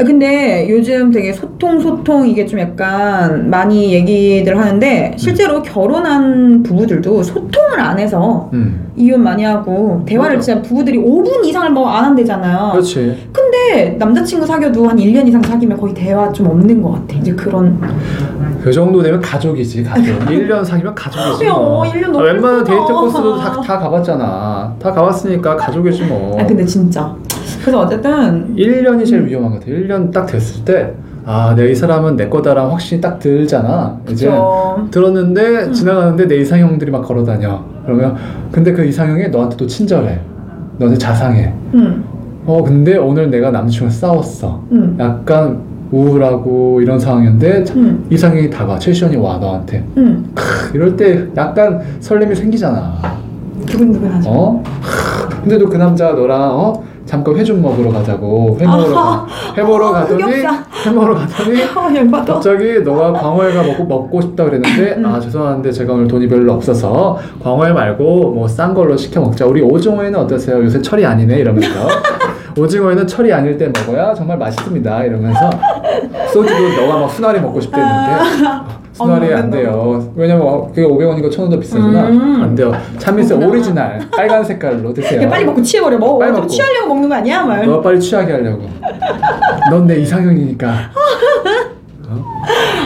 아, 근데 요즘 되게 소통 소통 이게 좀 약간 많이 얘기들 하는데 실제로 결혼한 부부들도 소통을 안 해서 음 이혼 많이 하고 대화를 맞아. 진짜 부부들이 5분 이상을 뭐 안 한대잖아요. 그렇지 근데 남자친구 사귀어도 한 1년 이상 사귀면 거의 대화 좀 없는 것 같아. 이제 그런 그 정도 되면 가족이지 가족 <laughs> 1년 사귀면 가족이지 뭐. 야, 1년 너무 아, 웬만한 크다. 데이트 코스도 다, 다 가봤잖아 다 가봤으니까 가족이지 뭐 아 근데 진짜 그래서 어쨌든 1년이 제일 위험한 것 같아. 1년 딱 됐을 때, 아, 내 이 사람은 내 거다라는 확신이 딱 들잖아. 이제 그쵸. 들었는데, 지나가는데 내 이상형들이 막 걸어 다녀. 그러면, 근데 그 이상형이 너한테 또 친절해. 너한테 자상해. 음, 어, 근데 오늘 내가 남친과 싸웠어. 음, 약간 우울하고 이런 상황이었는데, 자- 음, 이상형이 다가, 최시원이 와, 너한테. 음, 크, 이럴 때 약간 설렘이 생기잖아. 두근두근하죠. 어? 근데 도 그 남자 너랑 어? 잠깐 회 좀 먹으러 가자고 회 먹으러 아하. 가. 회 먹으러 어, 가더니 흑역사. 회 먹으러 가더니 아 열받아. 갑자기 너가 광어회가 먹고 먹고 싶다 그랬는데 음. 아 죄송한데 제가 오늘 돈이 별로 없어서 광어회 말고 뭐 싼 걸로 시켜 먹자 우리 오징어회는 어떠세요 요새 철이 아니네 <laughs> 이러면서 오징어회는 철이 아닐 때 먹어야 정말 맛있습니다 이러면서 소주도 너가 막 수나리 먹고 싶다는데 수나리 아. 어머, 안 돼요 왜냐면 어, 그게 500원이고 1000원도 비싸구나 음. 안 돼요 참이슬 오리지널 빨간 색깔로 드세요 야, 빨리 먹고 취해버려. 뭐 빨리 어차피 먹고. 어. 취하려고 먹는 거 아니야? 말. 너 빨리 취하게 하려고 넌 내 이상형이니까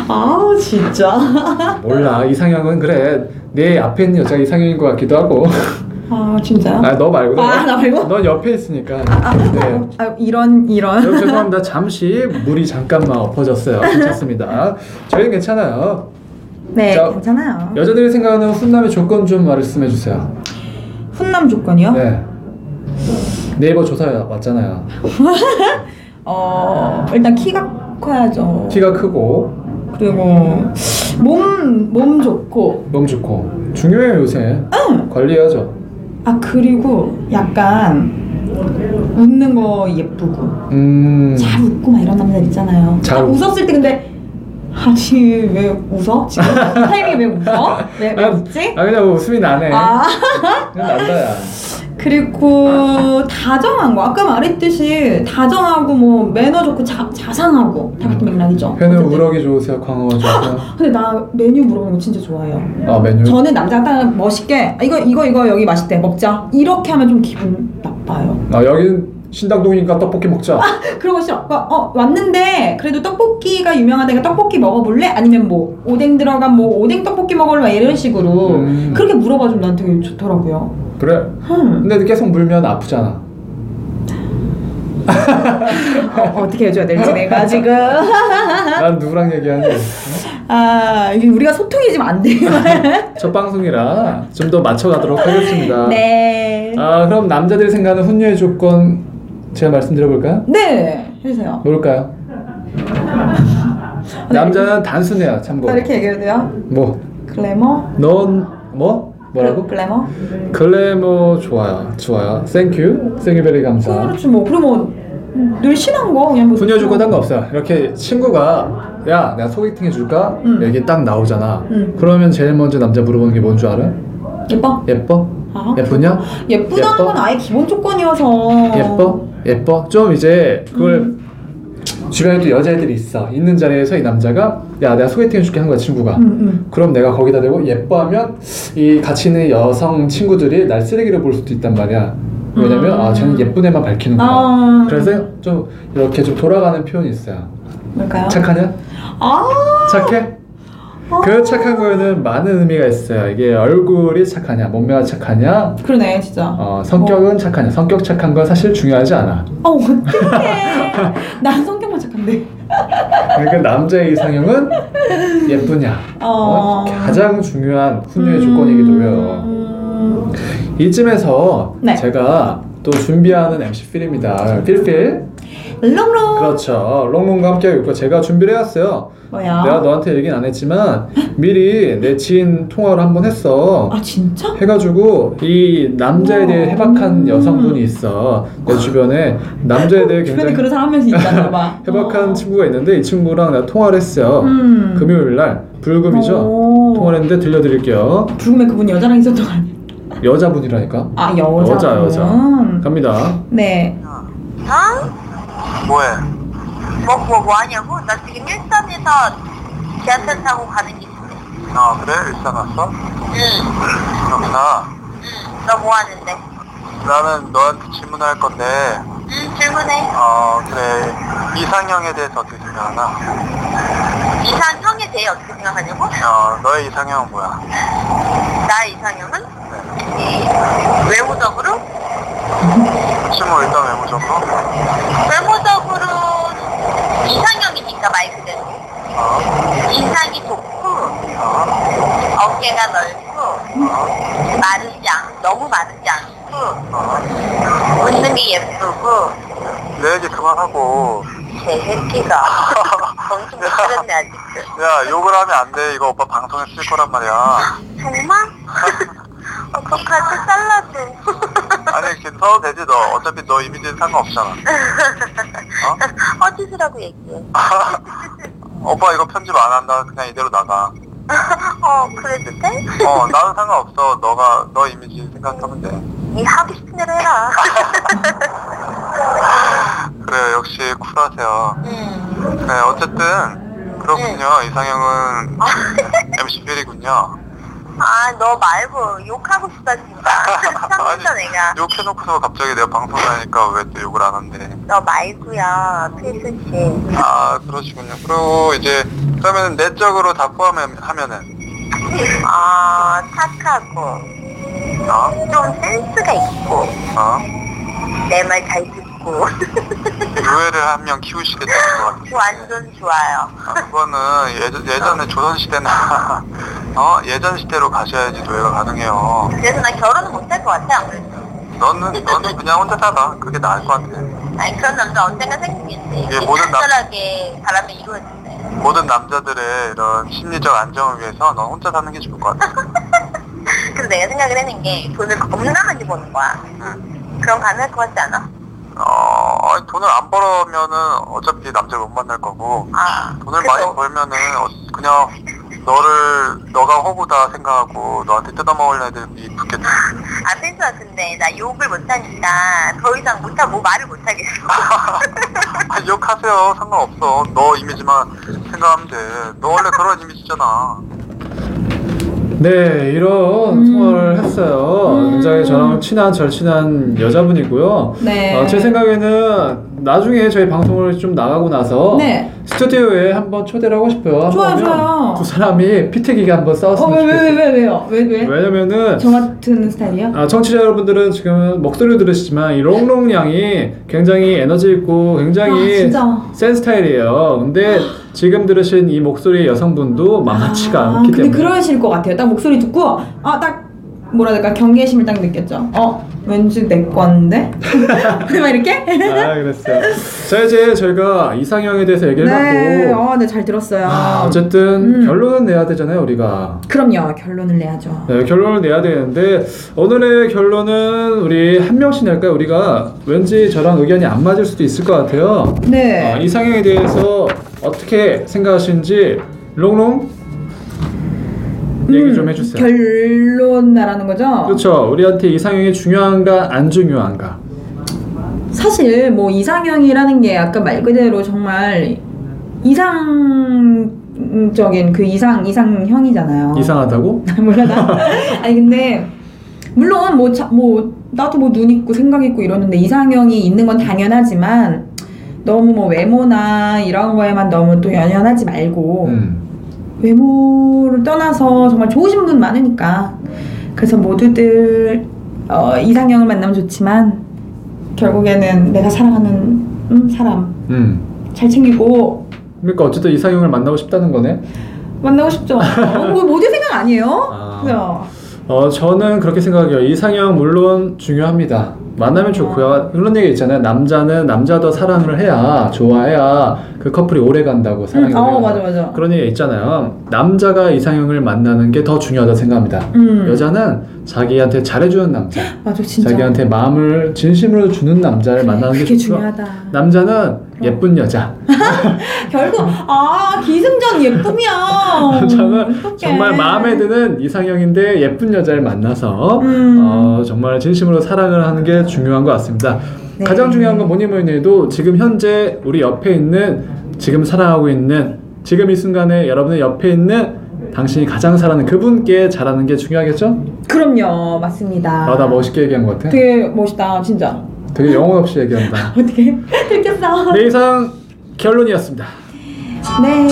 아우 진짜. 아. 몰라 이상형은 그래 내 앞에 있는 여자가 이상형인 것 같기도 하고 아 진짜요? 아 너 말고 아, 나 말고? 넌 옆에 있으니까 네. 아 이런 이런. 여러분 죄송합니다 잠시 물이 잠깐만 엎어졌어요 괜찮습니다 저희는 괜찮아요 네 자, 괜찮아요. 여자들이 생각하는 훈남의 조건 좀 말씀해 주세요 훈남 조건이요? 네 네이버 조사해 왔잖아요 어 어, 일단 키가 커야죠. 키가 크고 그리고 몸, 몸 좋고. 몸 좋고 중요해요 요새. 관리해야죠. 아, 그리고 약간 웃는 거 예쁘고. 음. 잘 웃고 막 이런 남자들 있잖아요. 잘 아, 웃- 웃었을 때 근데 아니 왜 웃어? 지금 타이밍이 왜 웃어? 왜, 왜 웃지? 아 그냥 뭐 웃음이 나네. 아. 그냥 난다야. 그리고 다정한 거 아까 말했듯이 다정하고 뭐 매너 좋고 자, 자상하고 다 같은 맥락이죠 음. 회는 어쨌든. 우럭이 좋으세요? 광어가 좋으세요? 근데 나 메뉴 물어보는 거 진짜 좋아해요 아 메뉴. 저는 남자가 딱 멋있게 아, 이거 이거 이거 여기 맛있대 먹자 이렇게 하면 좀 기분 나빠요 <laughs> 아 여기는 신당동이니까 떡볶이 먹자. 그런 거 싫어 그러니까, 어 왔는데 그래도 떡볶이가 유명하다니까 떡볶이 먹어볼래? 아니면 뭐 오뎅 들어간 뭐 오뎅 떡볶이 먹을래? 막 이런 식으로 음. 그렇게 물어봐주면 난 되게 좋더라고요 그래. 흠. <laughs> 근데 계속 물면 아프잖아. 어, 어떻게 해줘야 될지 내가 지금 난 누구랑 얘기하니? 아 이게 우리가 소통이 지금 안 <laughs> 돼요 첫 방송이라 좀 더 맞춰가도록 하겠습니다. 네. 아 그럼 남자들이 생각하는 훈녀의 조건 제가 말씀드려볼까요? 네, 해주세요. 뭘까요? 남자는 단순해요 참고 뭐, 나 이렇게 얘기해도 돼요? 글래머? 뭐넌 뭐? 뭐라고? 글- 글래머? 글래머 좋아요 좋아요 땡큐 땡큐베리 감사 그렇지 뭐. 그리고 뭐늘 신한 거 그냥 뭐. 훈녀 조건 딴거 없어요 이렇게 친구가 야 내가 소개팅 해줄까? 음. 얘기 딱 나오잖아 음. 그러면 제일 먼저 남자 물어보는 게 뭔 줄 알아? 예뻐? 예뻐? 아. 예쁘냐? 예쁘다는 예뻐? 건 아예 기본 조건이어서. 예뻐? 예뻐? 좀 이제 그걸 음. 주변에 또 여자애들이 있어 있는 자리에서 이 남자가 야 내가 소개팅 해줄게 한 거야 친구가 응, 응. 그럼 내가 거기다 대고 예뻐하면 이 같이 있는 여성 친구들이 날 쓰레기로 볼 수도 있단 말이야 왜냐면 음. 아 쟤는 예쁜 애만 밝히는 거야 아. 그래서 좀 이렇게 좀 돌아가는 표현이 있어요 뭘까요? 착하냐? 아, 착해? 그 착한 거에는 많은 의미가 있어요 이게 얼굴이 착하냐 몸매가 착하냐 그러네 진짜. 어, 성격은 착하냐 성격 착한 건 사실 중요하지 않아 어, 어떡해. <laughs> 난 성격만 착한데. 그러니까 남자의 이상형은 예쁘냐 어, 어. 가장 중요한 훈녀의 음. 조건이기도 해요 이쯤에서 네. 제가 또 준비하는 MC 필입니다 필필 롱롱. 그렇죠 롱롱과 함께 하고 있고 제가 준비를 해왔어요 뭐야? 내가 너한테 얘기는 안 했지만 미리 내 지인 통화를 한번 했어 아 진짜? 해가지고 이 남자에 대해 우와. 해박한 음. 여성분이 있어 내 주변에 남자에 대해 굉장히 주변에 그런 사람 한 명씩 있잖아 봐. <laughs> 해박한 어. 친구가 있는데 이 친구랑 내가 통화를 했어요 음. 어. 금요일 날 불금이죠 오. 통화를 했는데 들려드릴게요 불금에 그분 여자랑 있었던 거 아니야? 여자분이라니까 아 여자. 여자 음. 여자 갑니다 네. <laughs> 어? 뭐해? 뭐, 뭐, 뭐 하냐고? 나 지금 일산에서 지하철 타고 가는 길인데. 아 그래? 일산 왔어? 응, 그렇구나 응. 너 뭐 하는데? 나는 너한테 질문할 건데 응, 질문해. 어 그래 이상형에 대해서 어떻게 생각하나? 이상형에 대해 어떻게 생각하냐고? 어 너의 이상형은 뭐야? 나 이상형은? 이 외모적으로? 실무 일단 외모적으로? 외모적으로 이상형이니까 말 그대로. 어? 인상이 좋고, 어? 어깨가 넓고, 마르지 않, 너무 마르지 않고, 어? 웃는 게 예쁘고, 내 얘기 그만하고 제 <laughs> 새끼가 정신 못 차렸네 아직도. 야 욕을 하면 안 돼 이거 오빠 방송에 쓸 거란 말이야 정말? <laughs> 어떡하지? 잘라줘. 아니 이렇게 써도 되지 너 어차피 너 이미지는 상관없잖아 어디서라고 얘기해. 오빠 이거 편집 안 한다 그냥 이대로 나가 어, 그래도 돼? 어 나는 상관없어 너가 너 이미지 생각하면 돼 네 하고 싶은 대로 해라. 그래요 역시 쿨하세요 음. 네, 어쨌든 그렇군요. 네. <laughs> 이상형은 MC 필이군요. 아, 너 말고 욕하고 싶다 진짜. 참았어 내가. 욕해놓고서 갑자기 내가 방송하니까 왜 또 욕을 안 한대. 너 말고요, 필수 씨. 아, 그러시군요. 그리고 이제 그러면 내적으로 다 포함하면은 아, 착하고 어? 좀 센스가 있고 어? 내 말 잘 듣고 <laughs> 유해를 한 명 키우시겠다는 것 같아요. 완전 좋아요. 아, 그거는 예전, 예전에 조선시대나 <laughs> 어? 예전 시대로 가셔야지 노예가 가능해요. 그래서 나 결혼은 못할 것 같아. 안 그래도. 너는 너는 그냥 혼자 살아. 그게 나을 것 같아. 아니 그런 남자 언젠가 생기겠지. 예, 이렇게 모든 남- 간절하게 바람에 이루어진대. 모든 남자들의 이런 심리적 안정을 위해서 넌 혼자 사는 게 좋을 것 같아. 그래서 내가 생각을 해낸 게 돈을 겁나 많이 버는 거야. 그럼 가능할 것 같지 않아? 어, 아니, 돈을 안 벌면은 어차피 남자를 못 만날 거고 아, 돈을 그래서- 많이 벌면은 어- 그냥 너를 너가 허구다 생각하고 너한테 뜯어먹을 애들이 붙겠지. 아, 펜수야, 근데 나 욕을 못하니까 더 이상 못하고 뭐 말을 못하겠어. 아, 욕하세요. 상관없어. 너 이미지만 생각하면 돼. 너 원래 그런 이미지잖아. 네, 이런 음. 통화를 했어요. 굉장히 저랑 친한 절친한 여자분이고요. 네. 어, 제 생각에는 나중에 저희 방송을 좀 나가고 나서 네. 스튜디오에 한번 초대를 하고 싶어요. 한 좋아요, 번은 좋아요. 두 사람이 피튀기게 한번 싸웠으면 어, 왜, 왜, 좋겠어요. 왜, 왜, 왜요? 왜, 왜? 왜냐면은 저 같은 스타일이요? 아, 청취자 여러분들은 지금 목소리를 들으시지만 이 롱롱 양이 굉장히 에너지 있고 아, 굉장히 진짜. 센 스타일이에요. 근데 지금 들으신 이 목소리 여성분도 만만치가 않기 아, 때문에 근데 그러실 것 같아요. 딱 목소리 듣고 아 딱 뭐라 해야 될까 경계심을 딱 느꼈죠. 어 왠지 내 건데? <laughs> 막 이렇게? 아 그랬어요. 자 이제 저희가 이상형에 대해서 얘기를 네, 하고 어, 네, 잘 들었어요. 아, 어쨌든 음. 결론은 내야 되잖아요 우리가. 그럼요, 결론을 내야죠. 네, 결론을 내야 되는데 오늘의 결론은 우리 한 명씩 낼까요? 우리가 왠지 저랑 의견이 안 맞을 수도 있을 것 같아요. 네. 아, 이상형에 대해서 어떻게 생각하시는지 롱롱 음, 얘기 좀 해주세요. 결론 나라는 거죠? 그렇죠. 우리한테 이상형이 중요한가 안 중요한가. 사실 뭐 이상형이라는 게 아까 말 그대로 정말 이상적인 그 이상 이상형이잖아요. <laughs> 이상하다고? 몰라 <laughs> 나. 아니 근데 물론 뭐, 자, 뭐 나도 뭐 눈 있고 생각 있고 이러는데 이상형이 있는 건 당연하지만 너무 뭐 외모나 이런 거에만 너무 또 연연하지 말고 음. 외모를 떠나서 정말 좋으신 분 많으니까 그래서 모두들 어, 이상형을 만나면 좋지만 결국에는 내가 사랑하는 음, 사람 음. 잘 챙기고 그러니까 어쨌든 이상형을 만나고 싶다는 거네. 만나고 싶죠. 어, 뭐 모두 생각 아니에요? 아. 그죠? 어, 저는 그렇게 생각해요. 이상형 물론 중요합니다. 만나면 좋고요. 그런 얘기 있잖아요. 남자는 남자 더 사랑을 해야 좋아해야 그 커플이 오래 간다고 사랑이 음, 오래 어 간다고. 맞아 맞아. 그런 얘기 있잖아요. 남자가 이상형을 만나는 게 더 중요하다 생각합니다. 음. 여자는 자기한테 잘해주는 남자, 맞아 진짜. 자기한테 마음을 진심으로 주는 남자를 만나는 게 그게 좋죠. 중요하다. 남자는 예쁜 여자. 결국 아 기승전 예쁨이야. 음, 저는 <laughs> 어떡해. 정말 마음에 드는 이상형인데 예쁜 여자를 만나서 음. 어, 정말 진심으로 사랑을 하는 게 중요한 것 같습니다. 네. 가장 중요한 건 뭐니 뭐니 해도 지금 현재 우리 옆에 있는 지금 사랑하고 있는 지금 이 순간에 여러분의 옆에 있는 당신이 가장 사랑하는 그분께 잘하는 게 중요하겠죠? 그럼요 맞습니다. 아, 나 멋있게 얘기한 것 같아. 되게 멋있다 진짜. 되게 영혼 없이 얘기한다. 어떻게 <laughs> 들켰어? 네 이상 결론이었습니다. 네.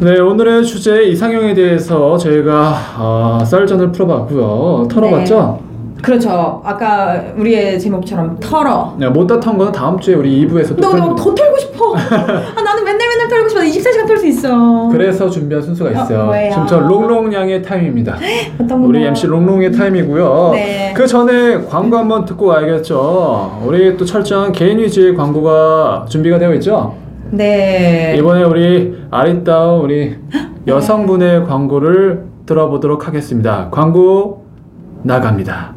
네 오늘의 주제 이상형에 대해서 저희가 어, 썰전을 풀어봤고요. 털어봤죠? 그렇죠. 아까 우리의 제목처럼 털어. 네, 못 다턴 거는 다음 주에 우리 2부에서 또 털고. 너무 더 털고 싶어. 아, 나는 맨날 맨날 털고 싶어. 24시간 털 수 있어. 그래서 준비한 순서가 있어요. 어, 뭐예요? 지금 저 롱롱 양의 타임입니다. 어떤 우리 건가요? MC 롱롱의 타임이고요. 네. 그 전에 광고 한번 듣고 와야겠죠. 우리 또 철저한 개인 위주의 광고가 준비가 되어 있죠. 네. 이번에 우리 아리따운 우리 여성분의 광고를 들어보도록 하겠습니다. 광고 나갑니다.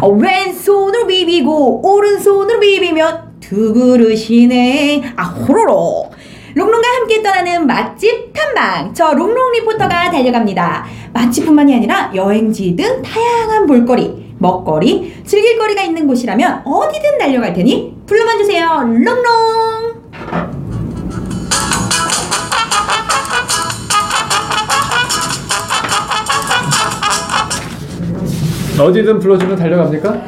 어, 왼손을 비비고 오른손을 비비면 두 그릇이네. 아 호로록. 롱롱과 함께 떠나는 맛집 탐방. 저 롱롱 리포터가 달려갑니다. 맛집뿐만이 아니라 여행지 등 다양한 볼거리, 먹거리, 즐길거리가 있는 곳이라면 어디든 달려갈 테니 불러만 주세요. 롱롱. 어디든 불러주면 달려갑니까?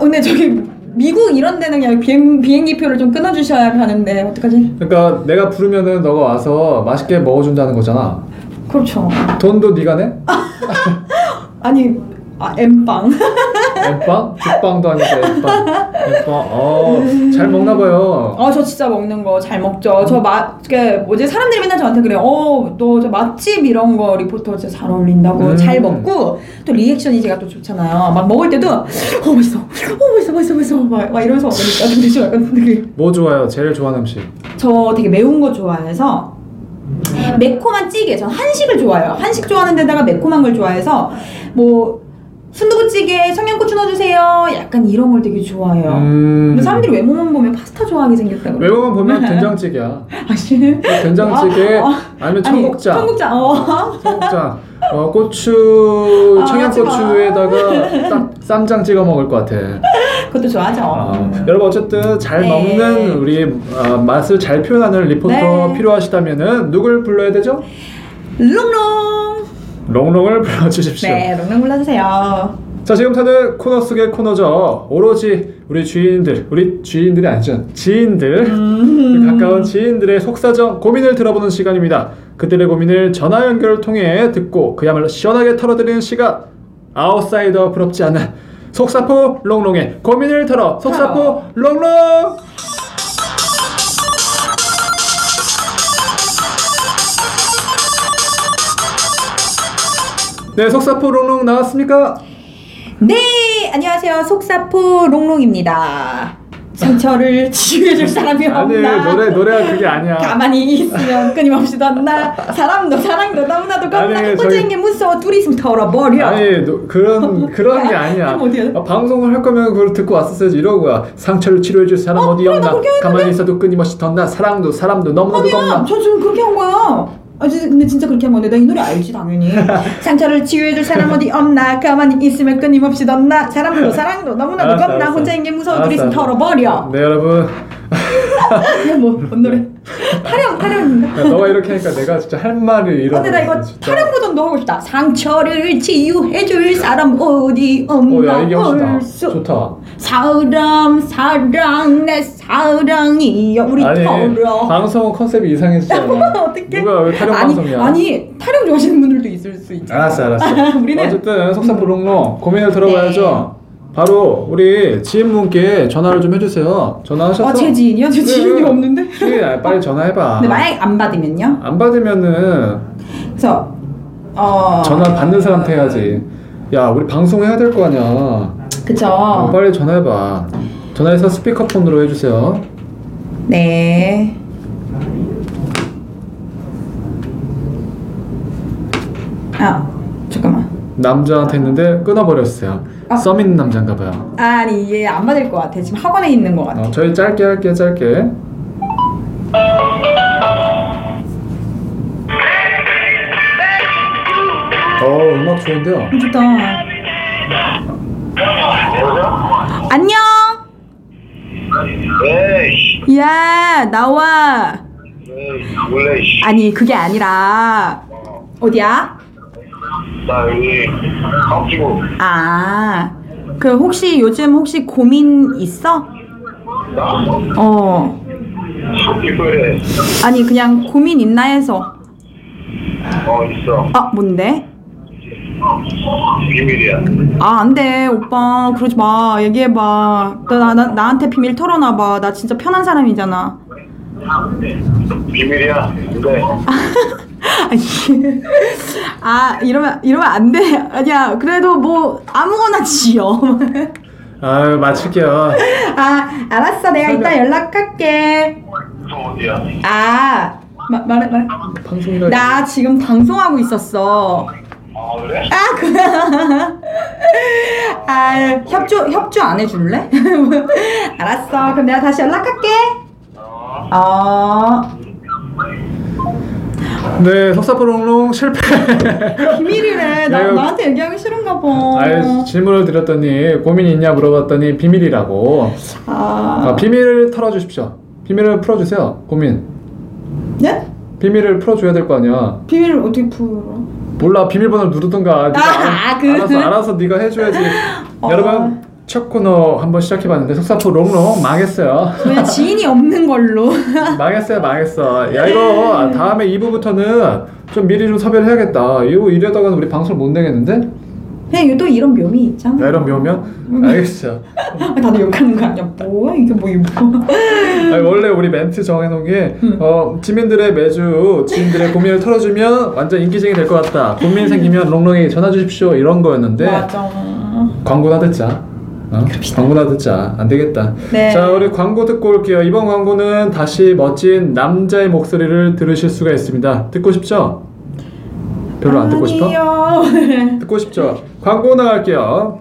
오늘 어, 저기 미국 이런 데는 그냥 비행, 비행기표를 좀 끊어주셔야 하는데 어떡하지? 그러니까 내가 부르면은 너가 와서 맛있게 먹어준다는 거잖아. 그렇죠. 돈도 네가 내? 아니 아 엠빵. 엠빵? 죽빵도 아니고 엠빵. 엠빵. 어, 잘 먹나 봐요. 어, 저 진짜 먹는 거 잘 먹죠. 저 맛, 그게 뭐지? 사람들이 맨날 저한테 그래요. 어, 너 저 맛집 이런 거 리포터 진짜 잘 어울린다고. 음. 잘 먹고, 또 리액션이 제가 또 좋잖아요. 막 먹을 때도, 어, 맛있어. 어, 맛있어, 맛있어, 맛있어. 막, 막 이러면서 먹으니까 되게 좋아요. 근데 그 뭐 좋아요? 제일 좋아하는 음식. 저 되게 매운 거 좋아해서, 매콤한 찌개. 전 한식을 좋아해요. 한식 좋아하는 데다가 매콤한 걸 좋아해서, 뭐, 순두부찌개, 청양고추 넣어주세요. 약간 이런 걸 되게 음. 좋아해요. 어. 근데 사람들이 외모만 보면 파스타 좋아하게 생겼다고. 외모만 보면 <laughs> 된장찌개야. 아시는? 된장찌개 아, 아. 아니면 아니, 청국장. 청국장. 어. <laughs> 청국장. 어, 고추 아, 청양고추에다가 딱 쌈장 찍어 먹을 것 같아. 그것도 좋아하죠. 아, 여러분 어쨌든 잘 네. 먹는 우리 아, 맛을 잘 표현하는 리포터 네. 필요하시다면은 누굴 불러야 되죠? 롱롱. 롱롱을 불러주십시오. 네, 롱롱 골라주세요. 자 지금부터는 코너 속의 코너죠. 오로지 우리 주인들, 우리 주인들이 아니죠. 지인들, 가까운 지인들의 속사정, 고민을 들어보는 시간입니다. 그들의 고민을 전화 연결을 통해 듣고 그야말로 시원하게 털어드리는 시간. 아웃사이더 부럽지 않은 속사포 롱롱의 고민을 털어 속사포 롱롱. 네, 속사포 롱롱 나왔습니까? 네, 안녕하세요. 속사포 롱롱입니다. 상처를 <laughs> 치유해줄 사람이 없나? 아니 노래 노래가 그게 아니야. 가만히 있으면 끊임없이 덧나 사람도 사랑도 너무나도 겁나 아니, 혼자인 저기- 게 무서워 둘이 있으면 털어버려 아니 노, 그런 그런 게 아니야. 그럼 어디야? 아, 방송을 할 거면 그걸 듣고 왔었어야지 이러고 거야. 상처를 치료해 줄 사람 어, 디 그래, 나 없나? 그렇게 했는데? 가만히 있어도 끊임없이 던다. 사랑도 사람도 너무나도 아니야, 겁나. 저 지금 그렇게 한 거야. 아, 진짜, 근데 진짜 그렇게 한 건데, 나 이 노래 <laughs> 알지, 당연히. 상처를 치유해줄 사람 어디 없나, 가만히 있으면 끊임없이 넌나, 사람도 사랑도 너무나도 알았어, 겁나, 알았어. 혼자인 게 무서워, 알았어, 둘이 있으면 알았어. 털어버려. <laughs> 네 여러분, 이게 뭐, 뭔 노래? 타령, 타령인가? 야, 너가 이렇게 하니까 내가 진짜 할 말을 잃어. 근데 나 이거 타령 버전도 하고 싶다. 상처를 치유해줄 사람 어디 없나, 어야 이게 훨씬 나. 벌써. 좋다. 사람, 사랑, 내 사랑이여, 우리 아니 털어. 방송 컨셉이 이상해지잖아. <laughs> 어떡해? 누가 왜 타령 아니, 방송이야? 아니, 타령 좋아하시는 분들도 있을 수 있지. 알았어 알았어. 아, 우리는- 네. 어쨌든 속사포롱롱 고민을 들어봐야죠. 바로 우리 지인분께 전화를 좀 해주세요. 전화하셨어? 네, 아, 제 지인이요? 제 지인이 없는데? 네, 그래, 아, 빨리 <laughs> 전화해봐. 근데 만약에 안 받으면요? 안 받으면은 그래서 어 네. 전화 받는 사람한테 해야지. 야, 우리 방송해야 될 거 어. 아니야. 그쵸 빨리 전화해봐. 전화해서 스피커폰으로 해주세요. 네 아, 잠깐만 남자한테 했는데 끊어버렸어요. 아. 썸 있는 남자인가 봐요. 아니 얘 안 받을 것 같아 지금 학원에 있는 것 같아 어, 저희 짧게 할게 짧게. 어 음악 좋은데요. 음, 좋다 안녕 에이, 야 나와 에이, 원래 씨, 아니 그게 아니라 어디야? 나 여기 가지고 아, 그 혹시 요즘 혹시 고민 있어? 나 어, 이거에 아니 그냥 고민 있나 해서. 어 있어 아, 뭔데? 비밀이야. 아, 안 돼, 오빠. 그러지 마. 얘기해봐. 나, 나, 나 나한테 비밀 털어놔봐. 나 진짜 편한 사람이잖아. 비밀이야. 네. 근데 <laughs> 아, 이게- 아, 이러면 이러면 안 돼. 아니야. 그래도 뭐 아무거나 지어. <laughs> 아유 마칠게요. 아, 알았어. 내가 이따 연락할게. 또 어디야? 아, 마, 말해 말해. 방송이라. 나 지금 방송하고 있었어. 아 그래? 아, 그, 아, 협조, 협조 안 해줄래? <laughs> 알았어. 그럼 내가 다시 연락할게. 어, 아. 네 속사포롱롱 실패. 어, 비밀이래. 나, 야, 나한테 얘기하기 싫은가 봐. 아유 질문을 드렸더니 고민이 있냐 물어봤더니 비밀이라고. 아, 아, 비밀을 털어주십시오. 비밀을 풀어주세요. 고민. 네? 비밀을 풀어줘야 될 거 아니야. 비밀을 어떻게 풀어? 몰라 비밀번호를 누르든가 네가 아, 알아, 그- 알아서 알아서 네가 해줘야지 <laughs> 어. 여러분 첫 코너 한번 시작해봤는데 속사포 롱롱 망했어요 <laughs> 그냥 지인이 없는 걸로. 망했어요 망했어 야 이거 다음에 2부부터는 좀 미리 좀 섭외를 해야겠다 이거 이러다가는 우리 방송 못 내겠는데 그냥 또 이런 묘미 있잖아. 아, 이런 묘면 알겠어요. 다들 욕하는 거 아니야? 뭐야 이게 뭐 이거? 아니, 원래 우리 멘트 정해놓은 게 음. 어, 지민들의 매주 지인들의 고민을 털어주면 완전 인기쟁이 될 것 같다. 고민 생기면 롱롱에게 전화 주십시오 이런 거였는데 맞아. 광고나 듣자. 어? 광고나 듣자. 안 되겠다. 네. 자, 우리 광고 듣고 올게요. 이번 광고는 다시 멋진 남자의 목소리를 들으실 수가 있습니다. 듣고 싶죠? 별로 안 듣고 싶어? <laughs> 아니요. 듣고 싶죠? 광고 나갈게요.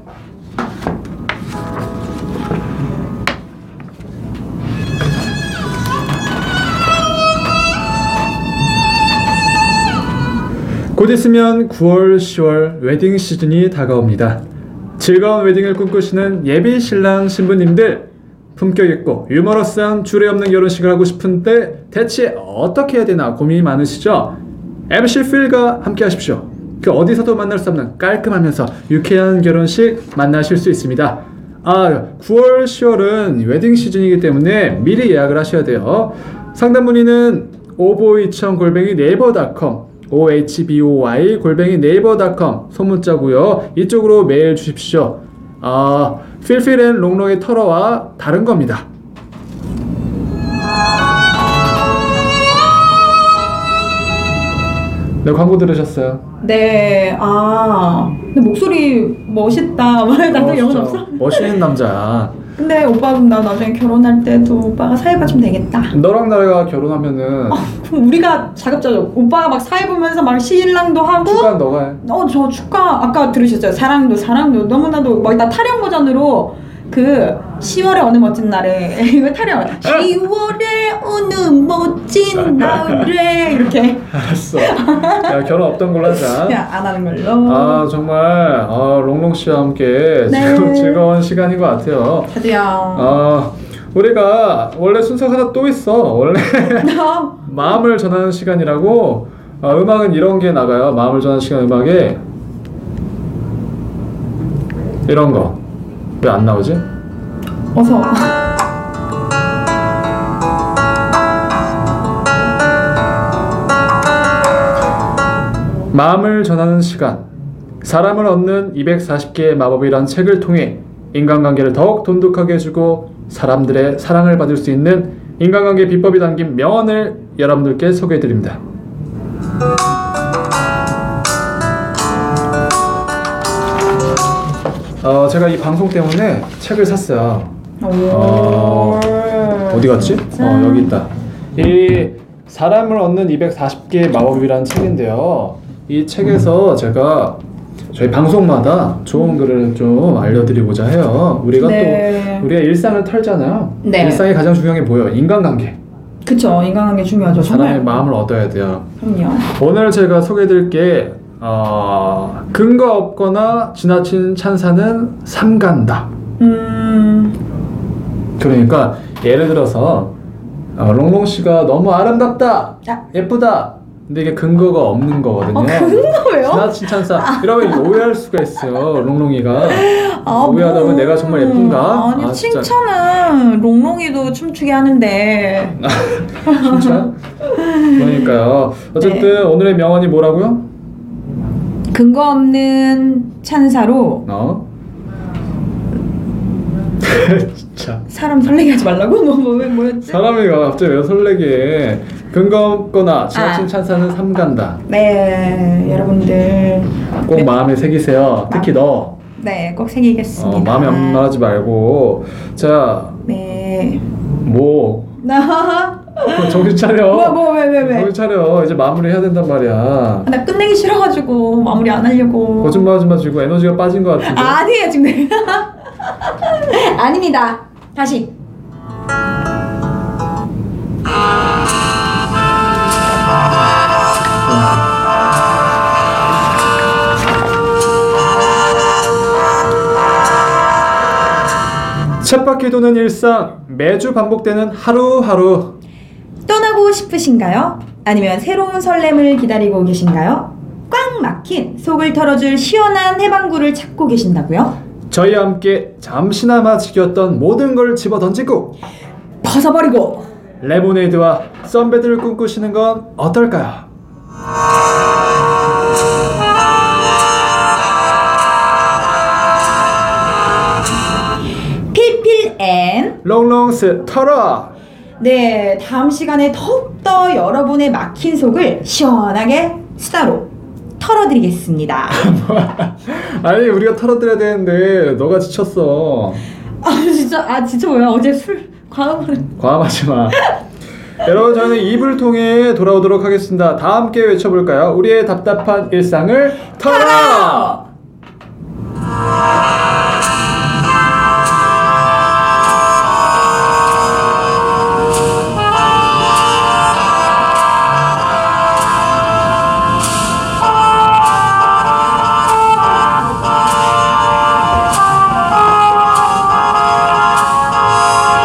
곧 있으면 9월, 10월 웨딩 시즌이 다가옵니다. 즐거운 웨딩을 꿈꾸시는 예비 신랑 신부님들 품격 있고 유머러스한 주례 없는 결혼식을 하고 싶은데 대체 어떻게 해야 되나 고민이 많으시죠? MC 필과 함께 하십시오. 그 어디서도 만날 수 없는 깔끔하면서 유쾌한 결혼식 만나실 수 있습니다. 아, 9월, 10월은 웨딩 시즌이기 때문에 미리 예약을 하셔야 돼요. 상담 문의는 오보이청 골뱅이 네이버닷컴 ohboy 골뱅이 네이버닷컴 소문자고요. 이쪽으로 메일 주십시오. 아, 필필앤 롱롱의 털어와 다른 겁니다. 네, 광고 들으셨어요. 네. 아. 근데 목소리 멋있다. <laughs> 말 나도 어, 영혼 진짜 없어. 멋있는 남자. 근데 오빠 나 나중에 결혼할 때도 오빠가 사회가 좀 되겠다. 너랑 나랑 결혼하면은 어. 그럼 우리가 자급자족. 오빠가 막 사회 보면서 막 신랑도 하고 축가 너가 해. 어, 저 축가 아까 들으셨어요. 사랑도 사랑도 너무나도 막 나 타령 버전으로 그 10월의 어느 멋진 날에 <laughs> 이거 타령 10월의 어느 <laughs> 멋진 날에 이렇게 <laughs> 알았어. 야, 결혼 없던 걸로 하자. 그냥 안 하는 걸로. 아 정말 아, 롱롱 씨와 함께 네. 즐- 즐거운 시간인 것 같아요. 다들야. 아 우리가 원래 순서가 하나 또 있어. 원래 <laughs> 어. 마음을 전하는 시간이라고 아, 음악은 이런 게 나가요. 마음을 전하는 시간 음악에 이런 거 왜 안 나오지? <laughs> 어서. 마음을 전하는 시간 사람을 얻는 240개의 마법이란 책을 통해 인간관계를 더욱 돈독하게 해주고 사람들의 사랑을 받을 수 있는 인간관계 비법이 담긴 명언을 여러분들께 소개해드립니다. 어, 제가 이 방송 때문에 책을 샀어요. 오. 어디 갔지? 어 여기 있다. 이 사람을 얻는 240개의 마법이라는 책인데요. 이 책에서 제가 저희 방송마다 좋은 글을 좀 알려드리고자 해요. 우리가 음. 네. 또 우리가 일상을 털잖아요. 네. 일상이 가장 중요한 게 뭐예요? 인간관계. 그쵸 인간관계 중요하죠. 정말. 사람의 마음을 얻어야 돼요. 그럼요. 오늘 제가 소개해드릴 게 어, 근거 없거나 지나친 찬사는 삼간다. 네. 음. 그러니까 예를 들어서 어, 롱롱 씨가 너무 아름답다, 아. 예쁘다. 근데 이게 근거가 없는 거거든요. 어 그런 거예요? 지나친 찬사 이러면 오해할 수가 있어요 롱롱이가 아, 오해하다 보면 뭐. 내가 정말 예쁜가? 아니 아, 진짜. 칭찬은 롱롱이도 춤추게 하는데 진짜 그러니까요 어쨌든 네. 오늘의 명언이 뭐라고요? 근거 없는 찬사로 어? <laughs> 진짜 사람 설레게 하지 말라고? <laughs> 뭐, 뭐, 왜, 뭐였지? 사람이 갑자기 왜 설레게 해. 근거 없거나 지나친 아. 찬사는 삼간다 네 여러분들 꼭 네. 마음에 새기세요 특히 아, 너 네꼭 어, 새기겠습니다 마음에 안 말하지 말고 네 자뭐 <laughs> <laughs> 나 정신 차려 뭐야 뭐왜 왜 왜? 정신 차려 이제 마무리 해야 된단 말이야 아, 나 끝내기 싫어가지고 마무리 안 하려고 거짓말 하지 마 지금 에너지가 빠진 것 같은데 아니에요 지금 <laughs> 내가 아닙니다 다시 쳇바퀴 도는 일상 매주 반복되는 하루하루 떠나고 싶으신가요? 아니면 새로운 설렘을 기다리고 계신가요? 꽉 막힌 속을 털어줄 시원한 해방구를 찾고 계신다고요? 저희와 함께 잠시나마 지켰던 모든 걸 집어던지고 벗어버리고 레모네이드와 썬베드를 꿈꾸시는 건 어떨까요? 앤 롱롱스 털어. 네, 다음 시간에 더욱더 여러분의 막힌 속을 시원하게 수다로 털어드리겠습니다. 아니 우리가 털어드려야 되는데 너가 지쳤어. <laughs> 아, 진짜, 아, 진짜 뭐야. 어제 술, 과음을. 과함하지 마. <laughs> 여러분 저는 입을 통해 돌아오도록 하겠습니다. 다 함께 외쳐볼까요? 우리의 답답한 일상을 털어. 털어!